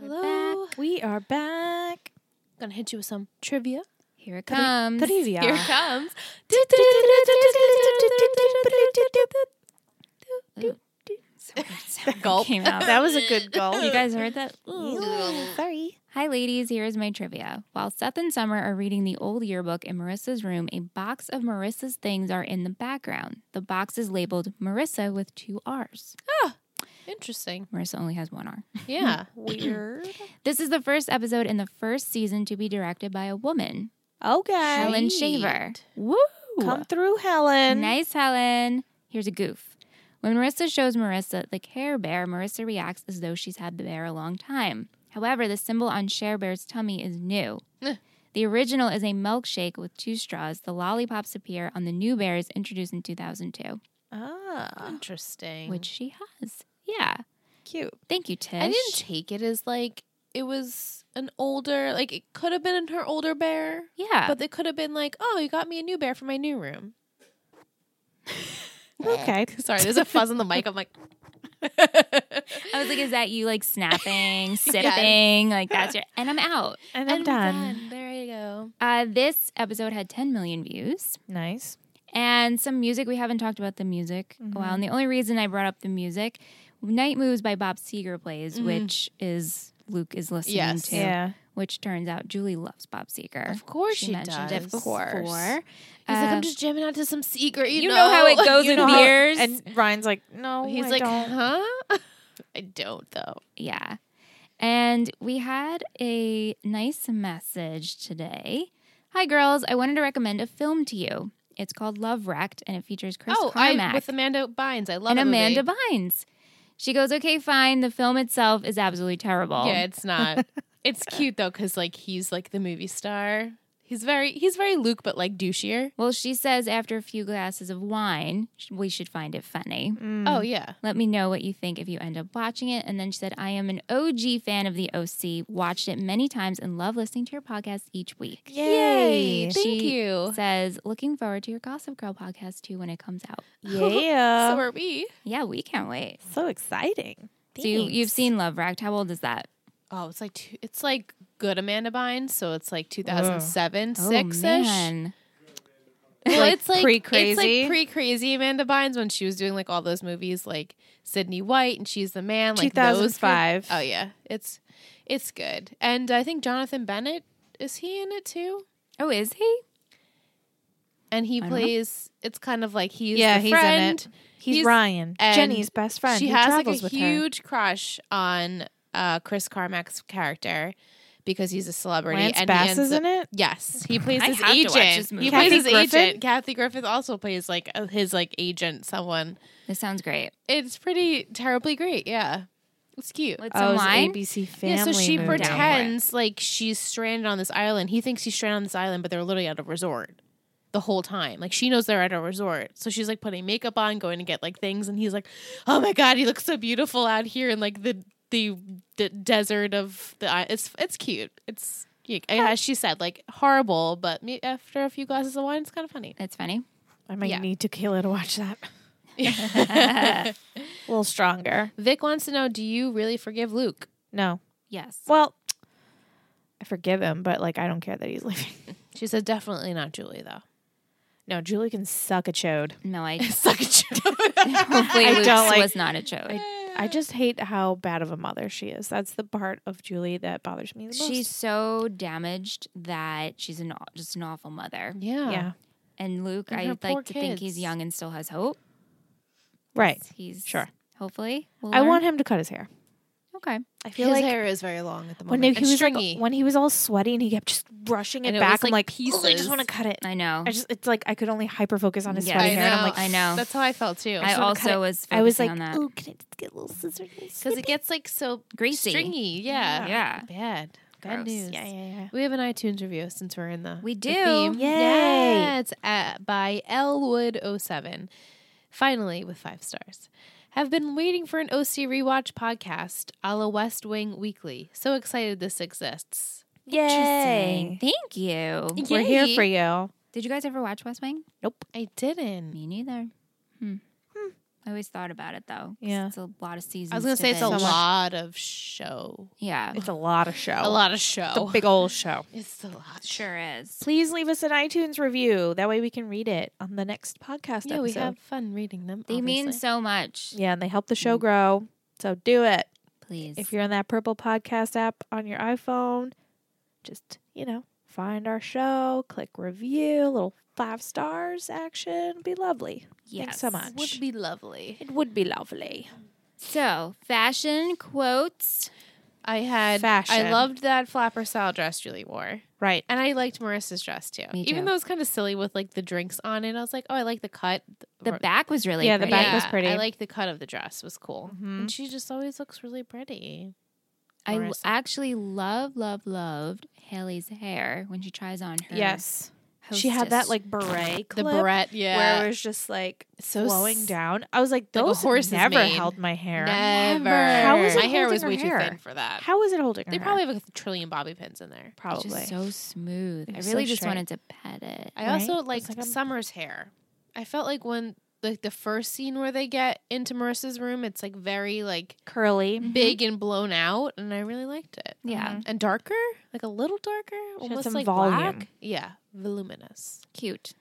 We're Hello. back. We are back. Gonna hit you with some trivia. Here it Tri- comes. Trivia. Here it comes. Oh, Sound Gulp. Came out. <laughs> That was a good goal. You <laughs> guys heard that? Sorry. Hi, ladies. Here is my trivia. While Seth and Summer are reading the old yearbook in Marissa's room, a box of Marissa's things are in the background. The box is labeled Marissa with two R's. <laughs> Interesting. Marissa only has one R. Yeah. Weird. This is the first episode in the first season to be directed by a woman, <clears throat> Okay. Helen Right. Shaver. Woo! Come through, Helen. Nice, Helen. Here's a goof. When Marissa shows Marissa the Care Bear, Marissa reacts as though she's had the bear a long time. However, the symbol on Share Bear's tummy is new. Eh. the original is a milkshake with two straws. The lollipops appear on the new bears introduced in 2002, Ah, Interesting. which she has. Yeah. cute. Thank you, Tish. Mm. I didn't take it as like it was an older, like it could have been her older bear, yeah. but it could have been like, oh, you got me a new bear for my new room. Okay. Sorry, there's a fuzz on the mic. I'm like, <laughs> I was like, is that you <laughs> like snapping, sipping? Like, that's your. And I'm out. <laughs> And I'm I'm done. done. There you go. Uh, this episode had 10 million views. Nice. and some music. We haven't talked about the music a Mm-hmm. while. And the only reason I brought up the music, Night Moves by Bob Seger plays, Mhm. which is Luke is listening Yes. to, Yeah. Yeah. which turns out Julie loves Bob Seger. Of course she, she mentioned it does. before. Of course. He's like, Uh, I'm just jamming out to some secret. You, you know how it goes You in know how- beers. And Ryan's like, no, <laughs> He's I like, don't. huh? Oh, <laughs> I don't though. yeah. And we had a nice message today. Hi, girls. I wanted to recommend a film to you. It's called Love Wrecked, and it features Chris oh, I Carmack. with Amanda Bynes. I love and that movie. Amanda Bynes. She goes, okay, fine. The film itself is absolutely terrible. Yeah, it's <laughs> not. it's cute though, because like he's like the movie star. He's very he's very Luke, but like douchier. Well, she says after a few glasses of wine, sh- we should find it funny. Oh yeah, Let me know what you think if you end up watching it. And then she said, I am an OG fan of the OC, watched it many times and love listening to your podcast each week. <gasps> <laughs> Yay. Thank you. Says, looking forward to your Gossip Girl podcast too when it comes out. so Yeah. are we. Yeah, we can't wait. so exciting. So you, you've Thanks. seen Love Wrecked. How old is that? Oh, it's like two, it's like good Amanda Bynes, so it's like 2007, Oh, six ish. man. Well, Like it's like It's pre-crazy? like pre crazy Amanda Bynes when she was doing like all those movies like Sydney White and She's the Man, like those were- 2005. Oh yeah, it's it's good, and I think Jonathan Bennett is he in it too? Oh, is he? And he don't know. plays. It's kind of like he's yeah, the he's in friend. it. He's, He's- Ryan, and Jenny's best friend. She who has like a travels with her. huge crush on uh, Chris Carmack's character because he's a celebrity. Lance and he Bass ends is up- in it. Yes, he plays I his have to watch agent. this movie. He plays Kathy his Griffin? agent. Kathy Griffith also plays like uh, his like agent, someone. This sounds great. It's pretty terribly great. Yeah, it's cute. What's Oh, some it's an wine? ABC Family. yeah, so movie. she down for it. pretends like she's stranded on this island. He thinks he's stranded on this island, but they're literally at a resort the whole time. Like she knows they're at a resort. So she's like putting makeup on, going to get like things, and he's like, "Oh my god, he looks so beautiful out here in like the the d- desert of the i- it's it's cute. It's yeah, as she said, like horrible, but me, after a few glasses of wine, it's kind of funny. That's funny. I might Yeah. need tequila to watch <laughs> that. a little stronger. Vic wants to know, do you really forgive Luke? No. Yes. Well, I forgive him, but like I don't care that he's leaving. <laughs> She said, definitely not Julie though. No, Julie can suck a chode. No, <laughs> I Suck a <laughs> hopefully I Luke's don't like- was not a joke. I just hate how bad of a mother she is. That's the part of Julie that bothers me the most. She's so damaged that she's an aw- just an awful mother. yeah. yeah, And Luke, And I her like poor to think he's kids. young and still has hope. right. He's Sure. Hopefully, we'll I learn. want him to cut his hair. Okay. I feel His like hair is very long at the when moment. he, and was stringy. like, when he was all sweaty and he kept just brushing it And it was, back, I'm like, like, "Ugh, I just pieces. want to cut it. I know. I just it's like I could only hyper focus on his Yes. sweaty I hair. And I'm like, I know. That's how I felt too. <laughs> I wanna cut it. also was. I was focusing like, on that. oh, can I just get a little scissors? because it gets like so Greasy. stringy. Yeah, Yeah. bad, bad Gross. news. Yeah, yeah, yeah. We have an iTunes review since we're in the We the do. theme. Yay. Yeah, it's at, by Elwood07. Finally, with five stars. Have been waiting for an OC rewatch podcast a la West Wing Weekly. So excited this exists. Interesting. Yay! Thank you. We're here for Yay. you. Did you guys ever watch West Wing? I didn't. Me neither. Hmm. I always thought about it though. 'cause Yeah. It's a lot of seasons. I was gonna to say it's a binge. lot of show. Yeah. It's a lot of show. A lot of It's show. a big old show. It's a lot. Sure is. Please leave us an iTunes review. That way we can read it on the next podcast Yeah, episode. we have fun reading them. They mean obviously. so much. Yeah, and they help the Mm. show grow. So do it. Please. If you're on that purple podcast app on your iPhone, just, you know, find our show, click review, little five stars action. Be lovely. Thanks so Yes. much. would be lovely. it would be lovely. So, fashion quotes. I had Fashion. I loved that flapper style dress Julie wore. Right. And I liked Marissa's dress too. Me Even too. though it was kind of silly with like the drinks on it. I was like, oh, I like the cut. The Or- back was really Yeah, the pretty. back was Yeah, pretty. I like the cut of the dress. was cool. Mhm. And she just always looks really pretty. I l- Marissa. actually love, love, loved Haley's hair when she tries on her. Yes. She had that hostess. like beret Uh, The clip barrette, yeah. where it was just like so flowing s- down. I was like, like a those horse's never mane. held my hair. Never. How is it My hair holding was her way hair? too thin for that. How is it holding her they hair? probably have a trillion bobby pins in there. It's probably just so smooth. It I was really so just straight. wanted to pet it. I Right? also It's liked like I'm- Summer's hair. I felt like when like the first scene where they get into Marissa's room, it's like very like curly. big and blown out, and I really liked it. Yeah, and darker, like a little darker, almost some like volume. black. Yeah, voluminous. cute.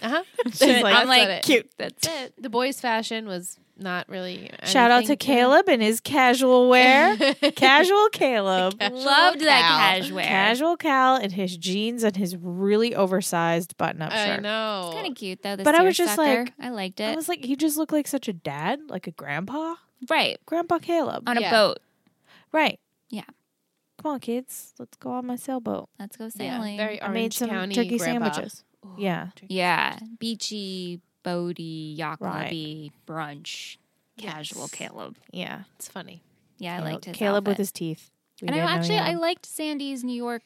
Uh huh. <laughs> She's like, <laughs> I'm like, it. cute. That's it. The boys' fashion was not really. Shout out to anything Caleb and his casual <laughs> wear. casual Caleb. Casual Loved that cow. cash wear. Casual Cal and his jeans and his really oversized button up I shirt. know. It's kind of cute though. The But I was just seersucker. like- I liked I it. was like, he just looked like such a dad, like a grandpa. right Grandpa Caleb. on a Yeah. boat. right. Yeah. Come on, kids. Let's go on my sailboat. Let's go yeah, sailing. Yeah, very I made Orange some County turkey grandpa. sandwiches. Yeah. turkey. beachy, boaty, yacht Right. lobby, brunch. casual Caleb. Yeah. It's funny. Yeah, I Caleb- liked his Caleb with outfit. his teeth. We And I didn't know he actually had I 'em. liked Sandy's New York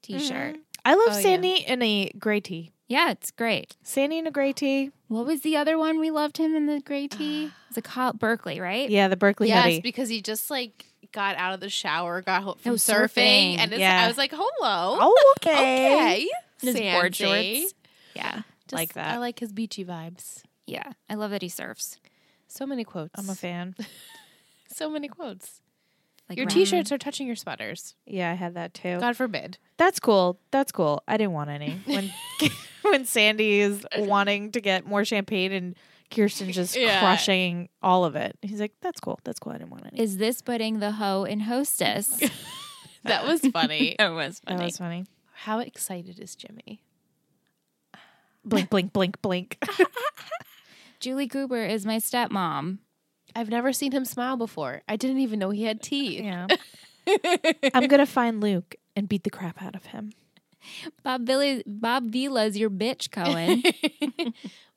T-shirt. I love oh, yeah. Sandy in a gray tee. Yeah, it's great. Sandy in a gray tee. What was the other one we loved him in the gray <gasps> tee? It was a col- Berkeley, right? Yeah, the Berkeley yes, hoodie. because he just like got out of the shower, got home from No, surfing, surfing. and it's, Yeah. I was like, "Hello, oh, okay, And his board Sandy. shorts. Yeah. Just- Like that. I like his beachy vibes. Yeah. I love that he surfs. So many quotes. I'm a <laughs> fan. so many quotes. Like your round- t-shirts are touching your sweaters. Yeah, I had that too. God forbid. That's cool. That's cool. I didn't want <laughs> any when <laughs> when Sandy is wanting to get more champagne and Kirsten's just <laughs> Yeah. crushing all of it. He's like, "That's cool. That's cool. I didn't want any." Is this putting the hoe <laughs> in hostess? That was funny. that was that was <laughs> funny. How excited is Jimmy? Blink, blink, blink, <laughs> blink. Julie Cooper is my stepmom. I've never seen him smile before. I didn't even know he had teeth. yeah. I'm gonna find Luke and beat the crap out of him. Bob Villa, Bob Vila's your <laughs> bitch, Cohen.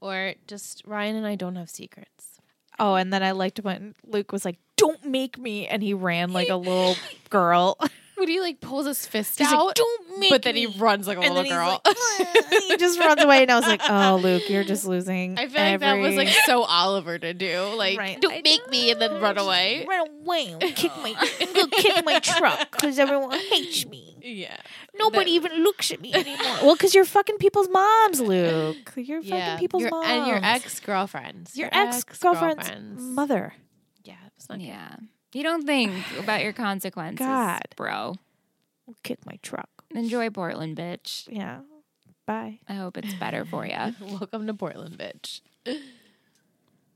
Or just Ryan and I don't have secrets. Oh, and then I liked when Luke was like, "Don't make me," and he ran <laughs> like a little girl. <laughs> When he like pulls his fist He's like, out, "Don't make but then me." he runs like a And little then he's <laughs> <laughs> girl. he just runs away, and I was like, "Oh, Luke, you're just losing." I feel like that was every- <laughs> like so Oliver to do. Like, Right. don't I make me and then run away. run away, kick my, <laughs> go kick my truck because <laughs> everyone hates me. Yeah. Nobody even looks <laughs> at me anymore. Well, because you're fucking people's moms, Luke. You're fucking people's your, moms And your ex girlfriends. your ex girlfriend's mother. Yeah, it was not yeah. You don't think about your consequences, God. bro. Will kick my truck. Enjoy Portland, bitch. Yeah, bye. I hope it's better for you. good. <laughs> Welcome to Portland, bitch.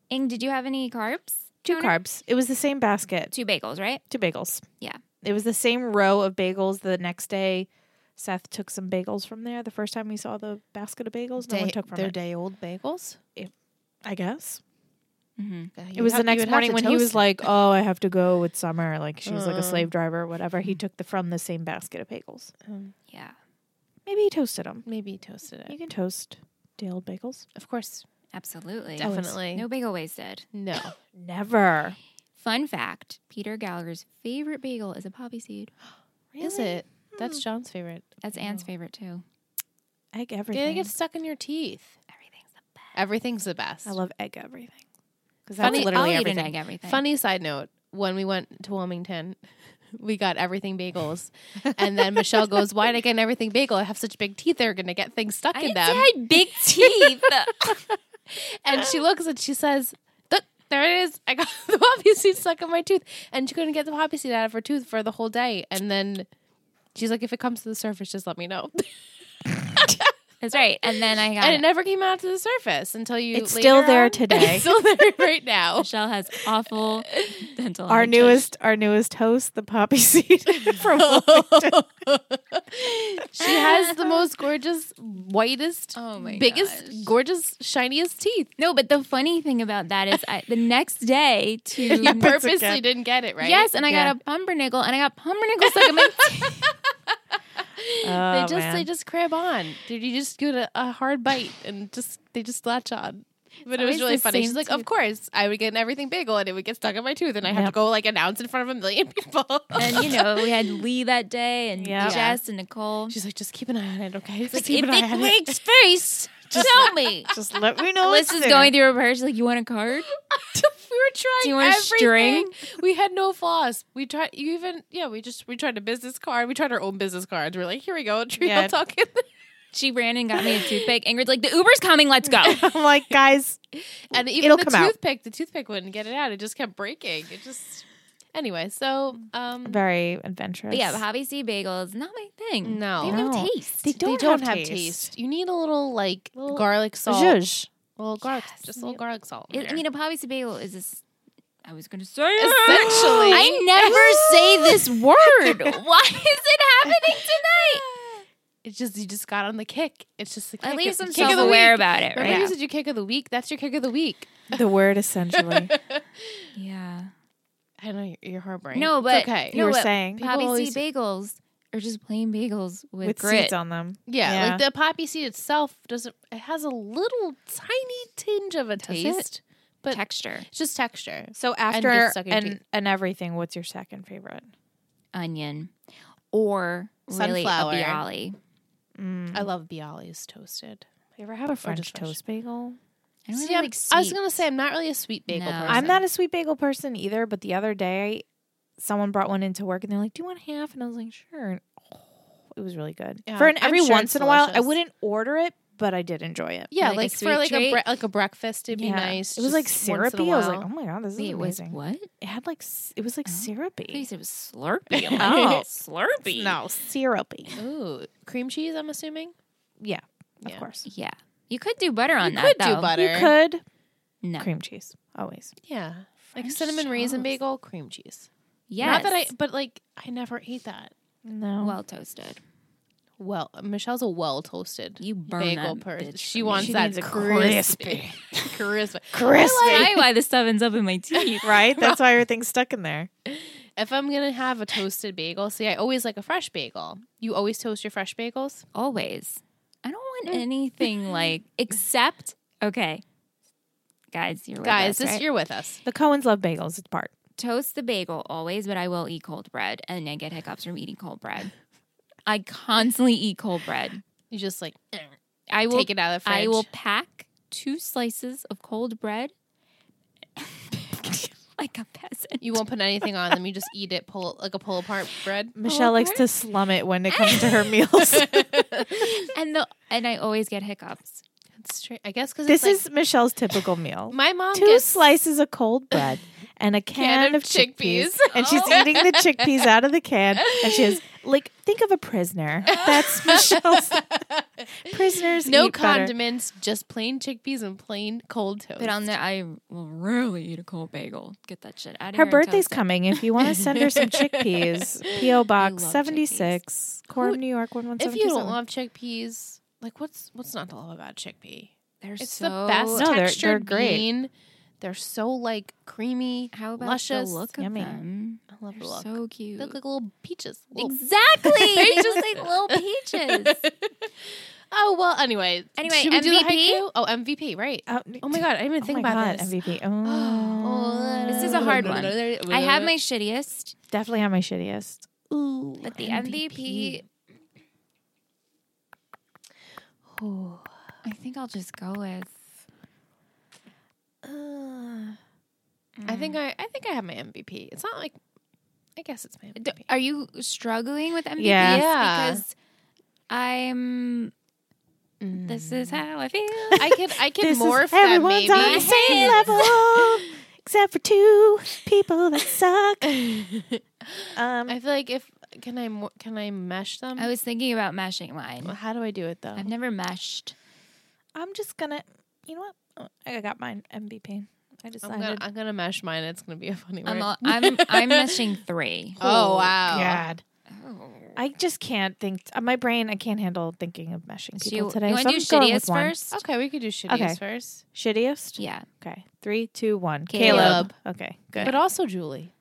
Ing, did you have any carbs? Two e Tony? carbs. It was the same basket. Two bagels, right? Two bagels. Yeah. It was the same row of bagels. The next day, Seth took some bagels from there. The first time we saw the basket of bagels, no one took from their it. day old bagels. I guess. Mm-hmm. It was the next morning when he was like, "Oh, I have to go. It's summer." Like she was like a Oh. slave driver or whatever. He took the from the same basket of bagels. Yeah. Maybe he toasted them. maybe he toasted You it. can toast day-old bagels. Of course, Absolutely. definitely. No bagel wasted. No, Never. Fun fact Peter Gallagher's favorite bagel is a poppy seed. is it? Hmm. That's John's favorite. That's Oh. Anne's favorite, too. Egg They everything. get stuck in your teeth. Everything's the best. Everything's the best. I love egg everything. Because that's Funny- literally I'll everything. eat an egg everything. Funny side note: when we went to Wilmington, <laughs> we got everything bagels, and then <laughs> Michelle goes, "Why did I get an everything bagel? I have such big teeth; they're gonna get things stuck I in didn't them." say I had big teeth. And she looks and she says, "Look, there it is. I got <laughs> the poppy seed stuck in my tooth." And she couldn't get the poppy seed out of her tooth for the whole day. And then she's like, "If it comes to the surface, just let me know." <laughs> That's right. And <laughs> then I got and it never came out to the surface until you. It's later still there on. <laughs> today. It's still there right now. Michelle has <laughs> awful dental. Our hygiene. newest, our newest host, the poppy <laughs> seed <laughs> from Wilmington. <laughs> She has the most gorgeous, whitest, Oh my biggest, gosh. gorgeous, shiniest teeth. No, but the funny thing about that is, I, the next day <laughs> to You okay. purposely didn't get it right. yes, and I Yeah. got a pumpernickel, and I got pumpernickel stuck in my <laughs> teeth. they Oh, just they man. just crab on. Dude, you just get a, a hard bite and just they just latch on. But it was always really the funny. same She's like, of tooth." course, I would get an everything bagel and it would get stuck in my tooth, and I have Yep. to go like announce in front of a million people. and you know, we had Lee that day, and Yeah. Jess and <laughs> Nicole. She's like, just keep an eye on it, okay? Just like, keep if an eye it on makes face, tell me. <laughs> just let me know. Liz it's is there. going through a purge. Like, you want a card? <laughs> we were trying Do you want a everything. We had no floss. We tried. You even yeah. We just we tried a business card. We tried our own business cards. We're like, here we go. Tree Yeah. talking. She ran and got me a toothpick. Ingrid's like, the Uber's coming. Let's <laughs> go. I'm like, guys, And even It'll the come out. toothpick, the toothpick wouldn't get it out. It just kept breaking. It just anyway. So um, very adventurous. But yeah, hobby sea bagels not my thing. No. they have No. no taste. They they don't don't have have, taste. taste. You need a little like Little garlic salt. Zhuzh. Little garlic, Yes. just a little garlic salt. in It- I there. mean, a hobby sea bagel is this. I was gonna say it. <laughs> Essentially. I never say <laughs> this word. Why is it happening tonight? it's just you just got on the kick. It's just the kick At least of, I'm kick of the self-aware week. about it, Remember right? you said your kick of the week? That's your kick of the week. The word <laughs> essentially. Yeah. I know you're, you're harboring. No, It's but okay. You No, were but saying People Hobby always- sea bagels are just plain bagels with, with grit. seeds on them. yeah, Yeah. like the poppy seed itself doesn't. It has a little tiny tinge of a it? taste, But texture. it's just texture. So And after get and stuck in your and, teeth. everything, what's your second favorite? Onion. Or really a Sunflower. bialy. Mm. I love bialys toasted. You ever have a French just fresh. toast bagel? I don't See, really I'm- like I was sweet. gonna say I'm not really a sweet bagel No. person. I'm not a sweet bagel person either, but the other day someone brought one into work and they're like, "Do you want half?" And I was like, "Sure." And, oh, it was really good. Yeah, For an, I'm every sure once it's in a while, I delicious. wouldn't order it, but I did enjoy it. yeah, Like like, a for sweet like a treat? bre- like a breakfast, it'd be Yeah. nice. It was like just once in a syrupy. I was like, while. "Oh my god, this is Wait, it was amazing." what? It had like s- it was like Oh, syrupy. Please, it <laughs> was slurpy. Oh. slurpy. No, syrupy. Ooh, cream cheese. I'm assuming. Yeah, Yeah. of course. Yeah. You could do butter on you that could do though. butter. You could No. cream cheese always. Yeah, like French cinnamon raisin toast. bagel, cream cheese. Yes. Not that I, but like I never ate that. No. well toasted. Well, Michelle's a well toasted You burn bagel that person. bitch She for me. wants She that needs a crispy, <laughs> crispy. crispy. Why? Why this oven's up in <laughs> my <laughs> teeth? right? That's why everything's stuck in there. If I'm gonna have a toasted bagel, see, I always like a fresh bagel. You always toast your fresh bagels. Always. I don't want <laughs> anything like except okay. Guys, you're with Guys, us, this right? you're with us. The Cohens love bagels. It's part. toast the bagel always, but I will eat cold bread and I get hiccups from eating cold <laughs> bread. I constantly eat cold bread. You just like eh, <clears throat> I will take it out of the fridge. I will <laughs> pack two slices of cold <laughs> bread like a peasant. You won't put anything on them. You just eat it, pull like a pull apart bread. Michelle likes to slum it when <laughs> it comes to her <laughs> meals. and the and I always get hiccups. <laughs> That's true. I guess because this is Michelle's typical meal. my mom Two gets slices of <laughs> cold bread and a can, of of chickpeas. Oh. chickpeas. And she's eating the chickpeas out of the can. And she has, like, think of a <laughs> prisoner. That's <laughs> Michelle's. Prisoners no eat better. condiments, just plain chickpeas and plain cold toast. But on that I will really eat a cold bagel. Get that shit out of Her here. and birthday's toast it. coming. If you want to send her some <laughs> chickpeas, P.O. Box love 76, Coram, New York, if you don't 11727. love chickpeas, like what's what's not to love about chickpea? They're It's so the best No, they're- they're textured great. bean. They're so like creamy. How about luscious. the look yummy. of them? I love They're the look. so they cute. look like little peaches. Little- exactly. <laughs> they just like little peaches. Oh well. Anyway. Anyway, should we do the MVP? haiku? Oh MVP. Right. Oh, Oh my god. I didn't even oh think my about God, this. MVP. Oh. <laughs> This is a hard one. I have my shittiest, Definitely on my shittiest. Ooh, but the MVP. I think I'll just go with Mm. I think I I think I have my MVP. It's not like I guess it's my D- MVP. Are you struggling with MVPs? Yeah. Yeah. Because I'm. This is how I feel. <laughs> I could I could This is- morph that everyone's maybe. on the <laughs> same level except for two people that <laughs> suck. Um, I feel like if can I mo- can I mesh them? I was thinking about mashing mine. How do I do it though? I've never meshed. I'm just gonna. You know what? Oh, I got mine MVP. I I'm decided. gonna, I'm gonna mesh mine. It's gonna be a funny word. I'm, <laughs> al- I'm <laughs> I'm meshing three. oh wow! God, Oh. I just can't think. uh, my brain, I can't handle thinking of meshing So people you, today. you want so to I'm do just going with shittiest one. first? Okay, we could do shitties Okay. first, Shittiest. Yeah. Okay, three, two, one. Caleb. Caleb. Okay, good. but also Julie,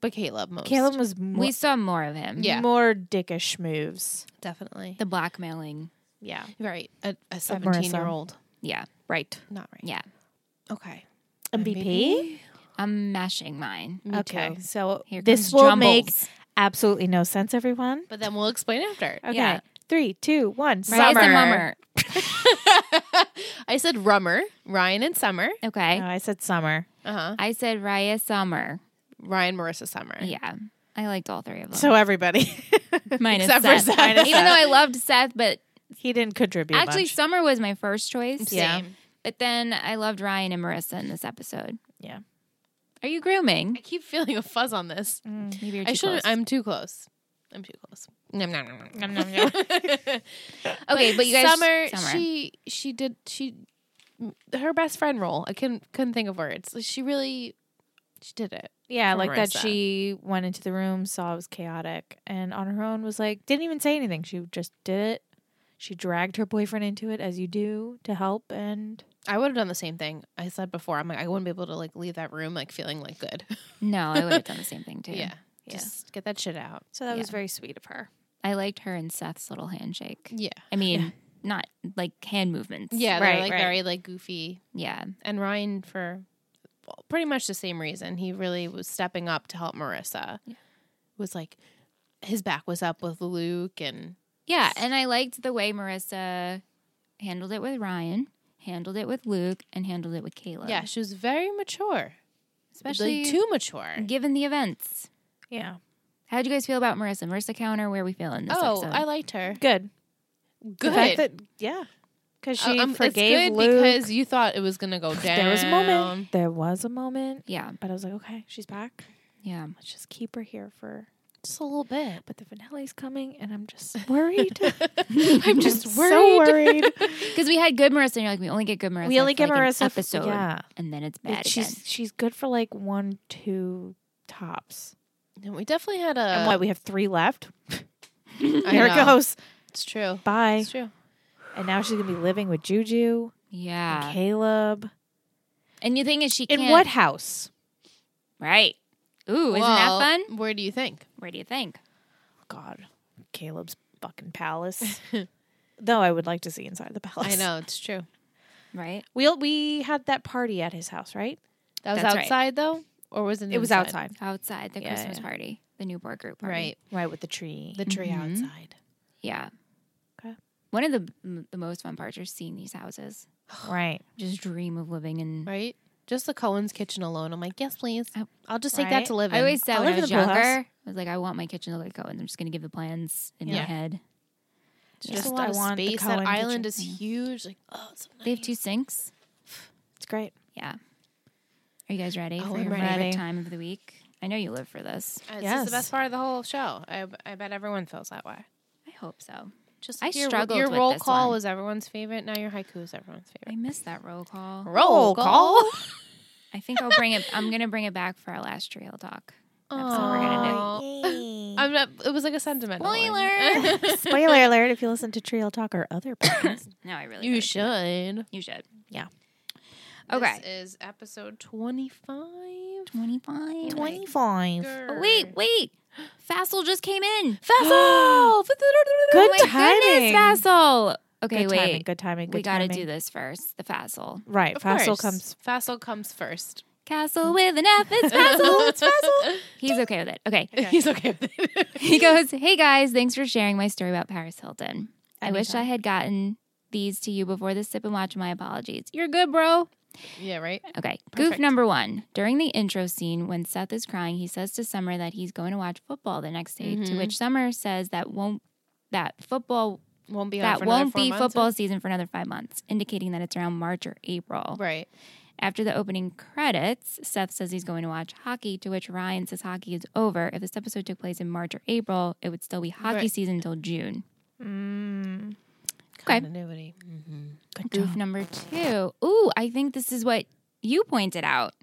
but Caleb most. Caleb was more, We saw more of him. Yeah. more dickish moves. definitely The blackmailing. Yeah. right. A, a But Marissa. seventeen-year-old, Yeah. Right. not right. Yeah. Okay. MVP. I'm mashing mine. Me okay. too. So Here this comes will Jumbles. make absolutely no sense, everyone. But then we'll explain after. Okay. Yeah. Three, two, one. Rise Summer. and Mummer. I said Rummer, Ryan, and Summer. Okay. No, Oh, I said summer. Uh huh. I said Raya Summer. Ryan, Marissa, Summer. Yeah. I liked all three of them. So everybody. <laughs> Minus Except for Seth. Seth. Minus Even though Seth. I loved Seth, but he didn't contribute. actually much. Summer was my first choice. Yeah. But then I loved Ryan and Marissa in this episode. Yeah. Are you grooming? I keep feeling a fuzz on this. Mm, Maybe you're too I shouldn't. close. I'm too close. I'm too close. Nom, nom, nom, nom. okay, but you guys Summer, she she did she her best friend role. I couldn't couldn't think of words. Like, She really she did it. yeah, for like that. Marissa. She went into the room, saw it was chaotic, and on her own was like, didn't even say anything. She just did it. She dragged her boyfriend into it, as you do, to help. And I would have done the same thing. I said before. I'm like I wouldn't be able to like leave that room like feeling like good. <laughs> No, I would have done the same thing too. Yeah. Just get that shit out. so that was very sweet of her. I liked her and Seth's little handshake. Yeah. I mean, not like hand movements. Yeah, they're Right, like right. very like goofy. Yeah. And Ryan for pretty much the same reason. He really was stepping up to help Marissa. Was like his back was up with Luke and Yeah, and I liked the way Marissa handled it with Ryan, handled it with Luke, and handled it with Caleb. yeah, she was very mature. especially like, too mature. given the events. Yeah. How would you guys feel about Marissa? Marissa Counter, where we feel in this Oh, episode? I liked her. Good. The fact Good. that, yeah. Because Uh, she um, it's forgave good Luke. because you thought it was gonna go down. there was a moment. There was a moment. yeah, But I was like, okay, she's back. yeah. Let's just keep her here for. just a little bit. But the finale's coming, and I'm just <laughs> worried. I'm just I'm worried. So worried. Because we had good Marissa, and you're like, we only get good Marissa. we only for, get like, an Marissa f- episode, Yeah, and then it's Like, bad she's again. she's good for like one, two tops. And we definitely had a. and what we have three left. Uh, I Here it know. goes. It's true. Bye. It's true. And now she's gonna be living with Juju, and Yeah, Caleb. and the thing is, she In can't, what house? Right. Ooh, isn't that Well, fun? Where do you think? Where do you think? God, Caleb's fucking palace. Though I would like to see inside the palace. I know it's true. Right. We we had that party at his house, right? That was That's right. outside though, or was it? Inside? It was outside, Outside the Yeah, Christmas yeah. party, the Newport group party. Right. right, with the tree. The tree Mhm. Mm-hmm. outside. Yeah. Okay. One of the m- the most fun parts are seeing these houses. right. Just dream of living in. Right. Just the Cohen's kitchen alone. I'm like, yes, please. Oh, I'll just take that right. to live in. Oh, I always said I when live I in was the pool house. younger, I was like, I want my kitchen to look like Cohen's. I'm just going to give the plans in my Yeah. head. It's just Just, a lot I of want the space. That Cohen island kitchen. is Mm. huge. Like, oh, it's so nice. They have two sinks. It's great. Yeah. Are you guys ready Oh, for I'm your ready. favorite time of the week? I know you live for this. Uh, It's Yes. just the best part of the whole show. I, I bet everyone feels that way. I hope so. Just I like your, struggled Your with roll this call one. was everyone's favorite. Now your haiku is everyone's I favorite. missed that roll call. Roll call. I think I'll bring it. I'm going to bring it back for our last tree hill <laughs> talk. That's what we're gonna do. Yay. I'm not, it was like a sentimental. one. Spoiler. Spoiler alert if you listen to Trial Talk or other podcasts. <laughs> No, I really. you better do that. should. You should. Yeah. Okay. This is episode 25. 25. 25. Oh, <gasps> wait, wait. <gasps> Fassel just came in. Fassel! oh Good my timing. goodness, Fassel. <gasps> Okay, Good wait. timing. Good timing. Good we got to timing. do this first. The Fassel. Right. Of Fassel course. comes. Fassel comes first. Hmm. Castle with an F. <laughs> It's Fassel. It's Fassel. He's okay with it. Okay. He's okay with it. <laughs> He goes, Hey guys, thanks for sharing my story about Paris Hilton. I wish I had gotten these to you before the sip and watch. My apologies. You're good, bro. <laughs> yeah, right? Okay. Goof Perfect. number one. During the intro scene, when Seth is crying, he says to Summer that he's going to watch football the next day. To Mhm. which Summer says that won't that football Won't be on for that another won't four be months. football season for another five months, indicating that it's around March or April. Right. After the opening credits, Seth says he's going to watch hockey. To which Ryan says hockey is over. If this episode took place in March or April, it would still be hockey Right. season until June. Mm, Okay. Continuity. good Goof job. number two. Ooh, I think this is what you <laughs> pointed out.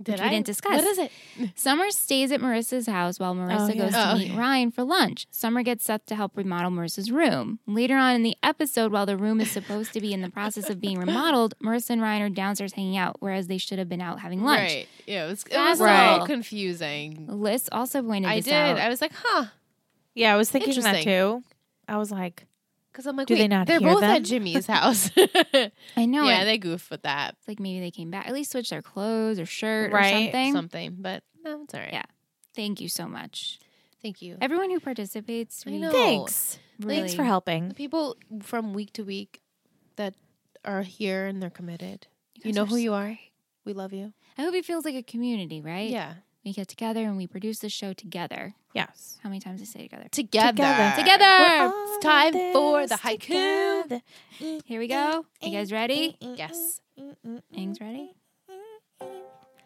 Did we didn't discuss. What is it? Summer stays at Marissa's house while Oh, Marissa yeah. goes to Oh, meet okay. Ryan for lunch. Summer gets Seth to help remodel Marissa's room. Later on in the episode, while the room is supposed to be in the process of <laughs> being remodeled, Marissa and Ryan are downstairs hanging out, whereas they should have been out having lunch. Right. Yeah, it was, it was Fassel. a little confusing. Liz also pointed I this did. out. I was like, huh. Yeah, I was thinking that Interesting. too. I was like, Because I'm like, Do wait, they not they're hear both them? at <laughs> Jimmy's house. yeah, <laughs> I know. and they goof with that. it's like maybe they came back. At least switch their clothes or shirt Right. or something. Something, but no, it's all right. Yeah. Thank you so much. Thank you. Everyone who participates, I we know. thanks. really- Thanks for helping. The people from week to week that are here and they're committed. You, guys know are who so you are. We love you. I hope it feels like a community, right? Yeah. We get together and we produce the show together. Yes. How many times do I say together? Together. Together. Together. We're It's all time in for the this haiku. together. Mm, Here we go. You guys ready? Yes. mm, Ang's ready?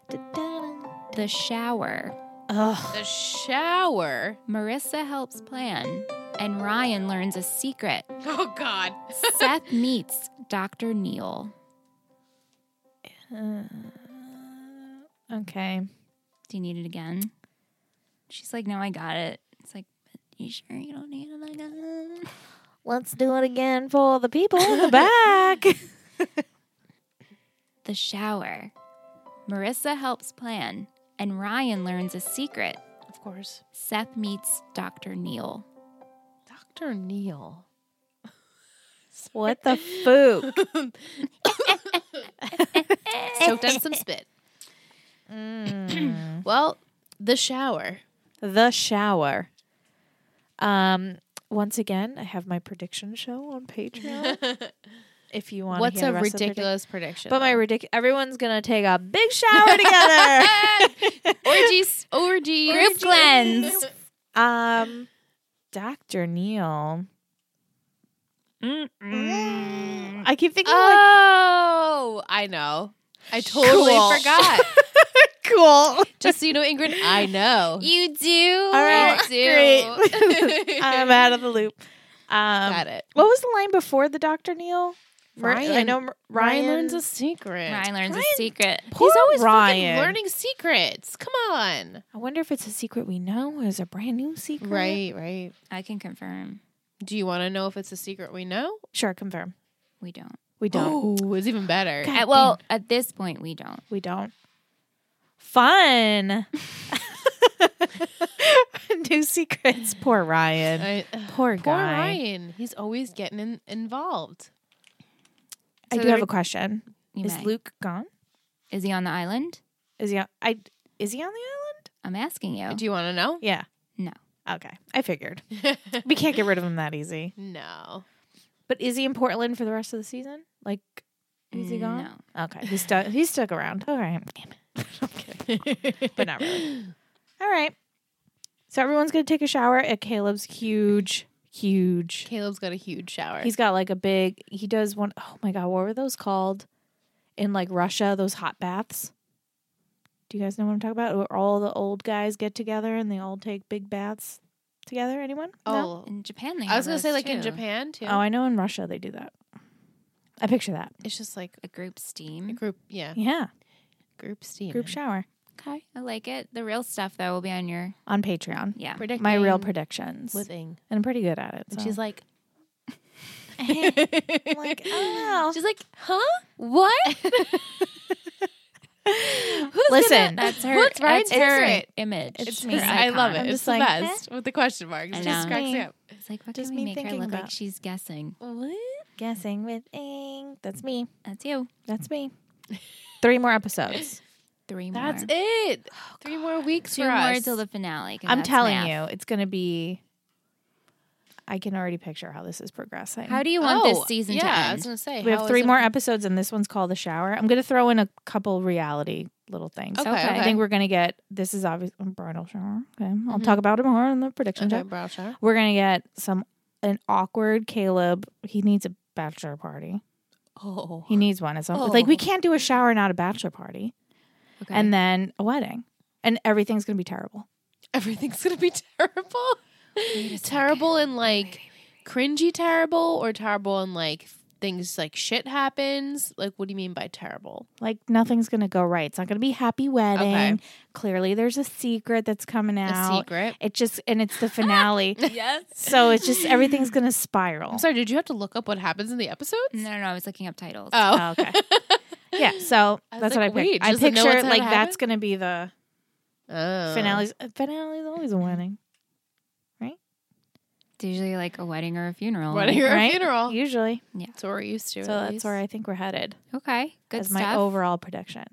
Da-da-da. The shower. Ugh. The shower. Marissa helps plan, and Ryan learns <laughs> a secret. Oh, God. Seth meets Dr. Neal. Uh, okay. Do you need it again? She's like, No, I got it. It's like, "But You sure you don't need it again? Let's do it again for the people in <laughs> the back. The shower. Marissa helps plan, and Ryan learns a secret. of course. Seth meets Dr. Neal. Dr. <laughs> Neil. what the <laughs> fook? Soaked on some spit. Mm. <clears throat> Well, the shower. The shower. Um, once again, I have my prediction show on Patreon. <laughs> if you want, What's hear a the rest of the predic- ridiculous prediction? but my ridiculous. Everyone's gonna take a big shower together. orgies, orgies, <laughs> Orgies. <laughs> roof cleanse. um, Doctor Neil. Mm. Mm. I keep Uh, thinking like oh, I know. I totally Cool. <laughs> forgot. cool. Just so you know, Ingrid, I know. You do. All right, I <laughs> do. great. I'm out of the loop. Um, Got it. What was the line before the Doctor Neil? Mer- I Ryan. know Mer- Ryan Ryan learns a secret. Ryan learns Ryan- a secret. Poor He's always Ryan. fucking learning secrets. Come on. I wonder if it's a secret we know or is a brand new secret. right. I can confirm. Do you want to know if it's a secret we know? Sure, confirm. We don't. We don't. Oh, it's even better. At- well, at this point, we don't. We don't. Fun. <laughs> new secrets. Poor Ryan. I- Poor poor guy. Ryan. He's always getting in, involved. I So do there- have a question. You Is may. Luke gone? Is he on the island? Is he? On, I is he on the island? I'm asking Oh. you. Do you want to know? <laughs> Yeah. No. Okay. I figured we can't get rid of him that easy. no. But is he in Portland for the rest of the season? Like, is he gone? Mm, No. Okay, he's stuck. He's stuck around. All right, damn it. <laughs> I'm kidding, <laughs> but not really. All right. So everyone's gonna take a shower at Caleb's huge, huge. <laughs> Caleb's got a huge shower. He's got like a big. He does one oh my god, what were those called? In like Russia, those hot baths. Do you guys know what I'm talking about? Where all the old guys get together and they all take big baths together. Anyone? No? oh, In Japan, they I was going gonna to say like in Japan too. Oh, I know in Russia they do that. I picture that. it's just like A group a steam. group. Yeah, Yeah, group steam. Mm-hmm. group shower Okay. I like it. The real stuff, though, will be on your. on Patreon. Yeah. Predicting My real predictions. with Ing. and I'm pretty good at it. And so. she's like, <laughs> like, oh. she's like, huh? <laughs> <laughs> What? Who's Listen, That's <laughs> her. What's Ryan's that's her favorite? image. It's It's me. just- I love it. I'm It's just the like, best with the question marks. I It just know. cracks me up. It's like, what Just can me we make her thinking look like? about- She's guessing. What? guessing with ink. That's me. That's you. That's <laughs> me. Three more episodes. Three more. That's it. Three more weeks Two for more us. till the finale. 'cause I'm that's telling math. you, it's going to be. I can already picture how this is progressing. How do you want Oh, this season yeah, I to was end? gonna say we how have is three it- more episodes, and this one's called The Shower. I'm going to throw in a couple reality little things. Okay, Okay. okay. Mm-hmm. I think we're going to get this is obviously a bridal shower. Okay. I'll talk about it more in the prediction okay, show. brow shower. We're going to get some an awkward Caleb. He needs a bachelor party. Oh, He needs one. It's all- like we can't do a shower and not a bachelor party, Okay. and then a wedding, and everything's gonna be terrible. <laughs> everything's gonna be <laughs> terrible. terrible and like cringy terrible, or terrible and like things like shit happens. Like, what do you mean by terrible? Like nothing's gonna go right. It's not gonna be a happy wedding. Okay. Clearly, there's a secret that's coming out. <laughs> A secret. It just and it's <laughs> the finale, yes. so it's just everything's gonna spiral. I'm sorry. Did you have to look up what happens in the episodes? No, no, no, I was looking up titles. Oh, Oh, <laughs> okay. yeah. So I was that's like, what I wait, picked. I doesn't know picture what's like gonna that's gonna be the Oh. finale's uh, finale's always a Mm-hmm. wedding. It's usually like a wedding or a funeral. Wedding or a right? funeral. Usually. That's what we're used to. So at that's least. where I think we're headed. <laughs> Okay. Good as stuff. my overall prediction.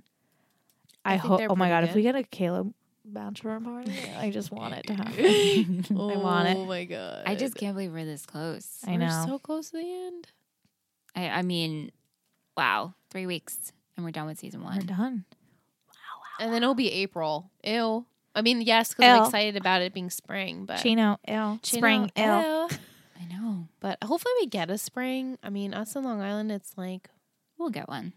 I, I think hope. they're Oh my god, pretty if we get a Caleb bachelor party, I just want <laughs> it to happen. <laughs> oh, I want it. my god. I just can't believe we're this close. I We're know. so close to the end. I, I mean, wow. Three weeks and we're done with season We're one. done. And then it'll be April. Ew. I mean, yes, because I'm Ew. excited about it being spring, but Chino, ill. Chino, Spring, ill. <laughs> ew. I know. But hopefully we get a spring. I mean, us in Long Island, it's like We'll get one.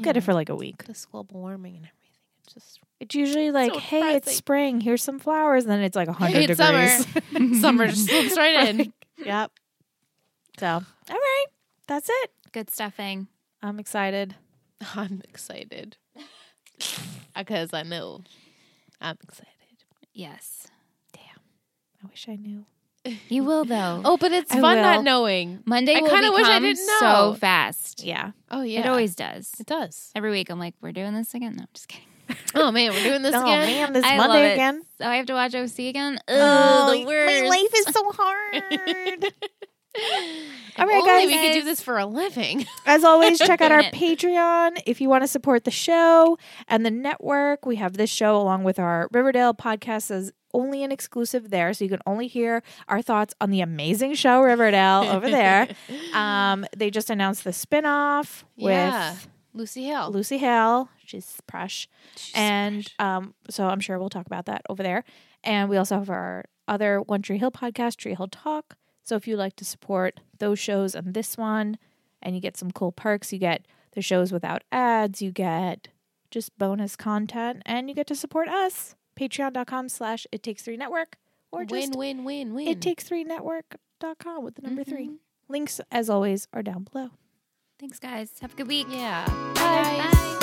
Get it for like a week. this global warming and everything. It's just Mm. It's usually like, So hey, it's depressing. spring. Here's some flowers. And then it's like hundred Hey, it's degrees. <laughs> <laughs> summer. summer just slips right in. yep. So, all right, that's it. Good stuffing. I'm excited. I'm <laughs> excited because I know I'm excited. Yes. I wish I knew. You will, though. Oh, but it's I fun will. not knowing. Monday I will kinda become wish I didn't know. so fast. Yeah. Oh yeah, It always does. it does. Every week I'm like, we're doing this again. No, I'm just kidding. Oh man, we're doing <laughs> this oh again. man, this I love Monday it. again. So I have to watch OC again. Ugh, Oh, <laughs> the worst. my life is so hard. All right, Only guys. we could do this for a living. As always, check out our Doing Patreon if you want to support the show and the network. We have this show along with our Riverdale podcast as only an exclusive there, so you can only hear our thoughts on the amazing show Riverdale over there. Um, they just announced the spinoff with Yeah. Lucy Hill. Uh, Lucy Hale. She's fresh. She's and um, so I'm sure we'll talk about that over there. And we also have our other One Tree Hill podcast, Tree Hill Talk. So if you like to support those shows and this one, and you get some cool perks, you get the shows without ads, you get just bonus content, and you get to support us. Patreon.com slash It Takes Three Network or win, just win, win, win. It Takes Three Network.com with the number three. Mm-hmm. Links, as always, are down below. Thanks, guys. Have a good week. Yeah. Bye. Bye. Bye.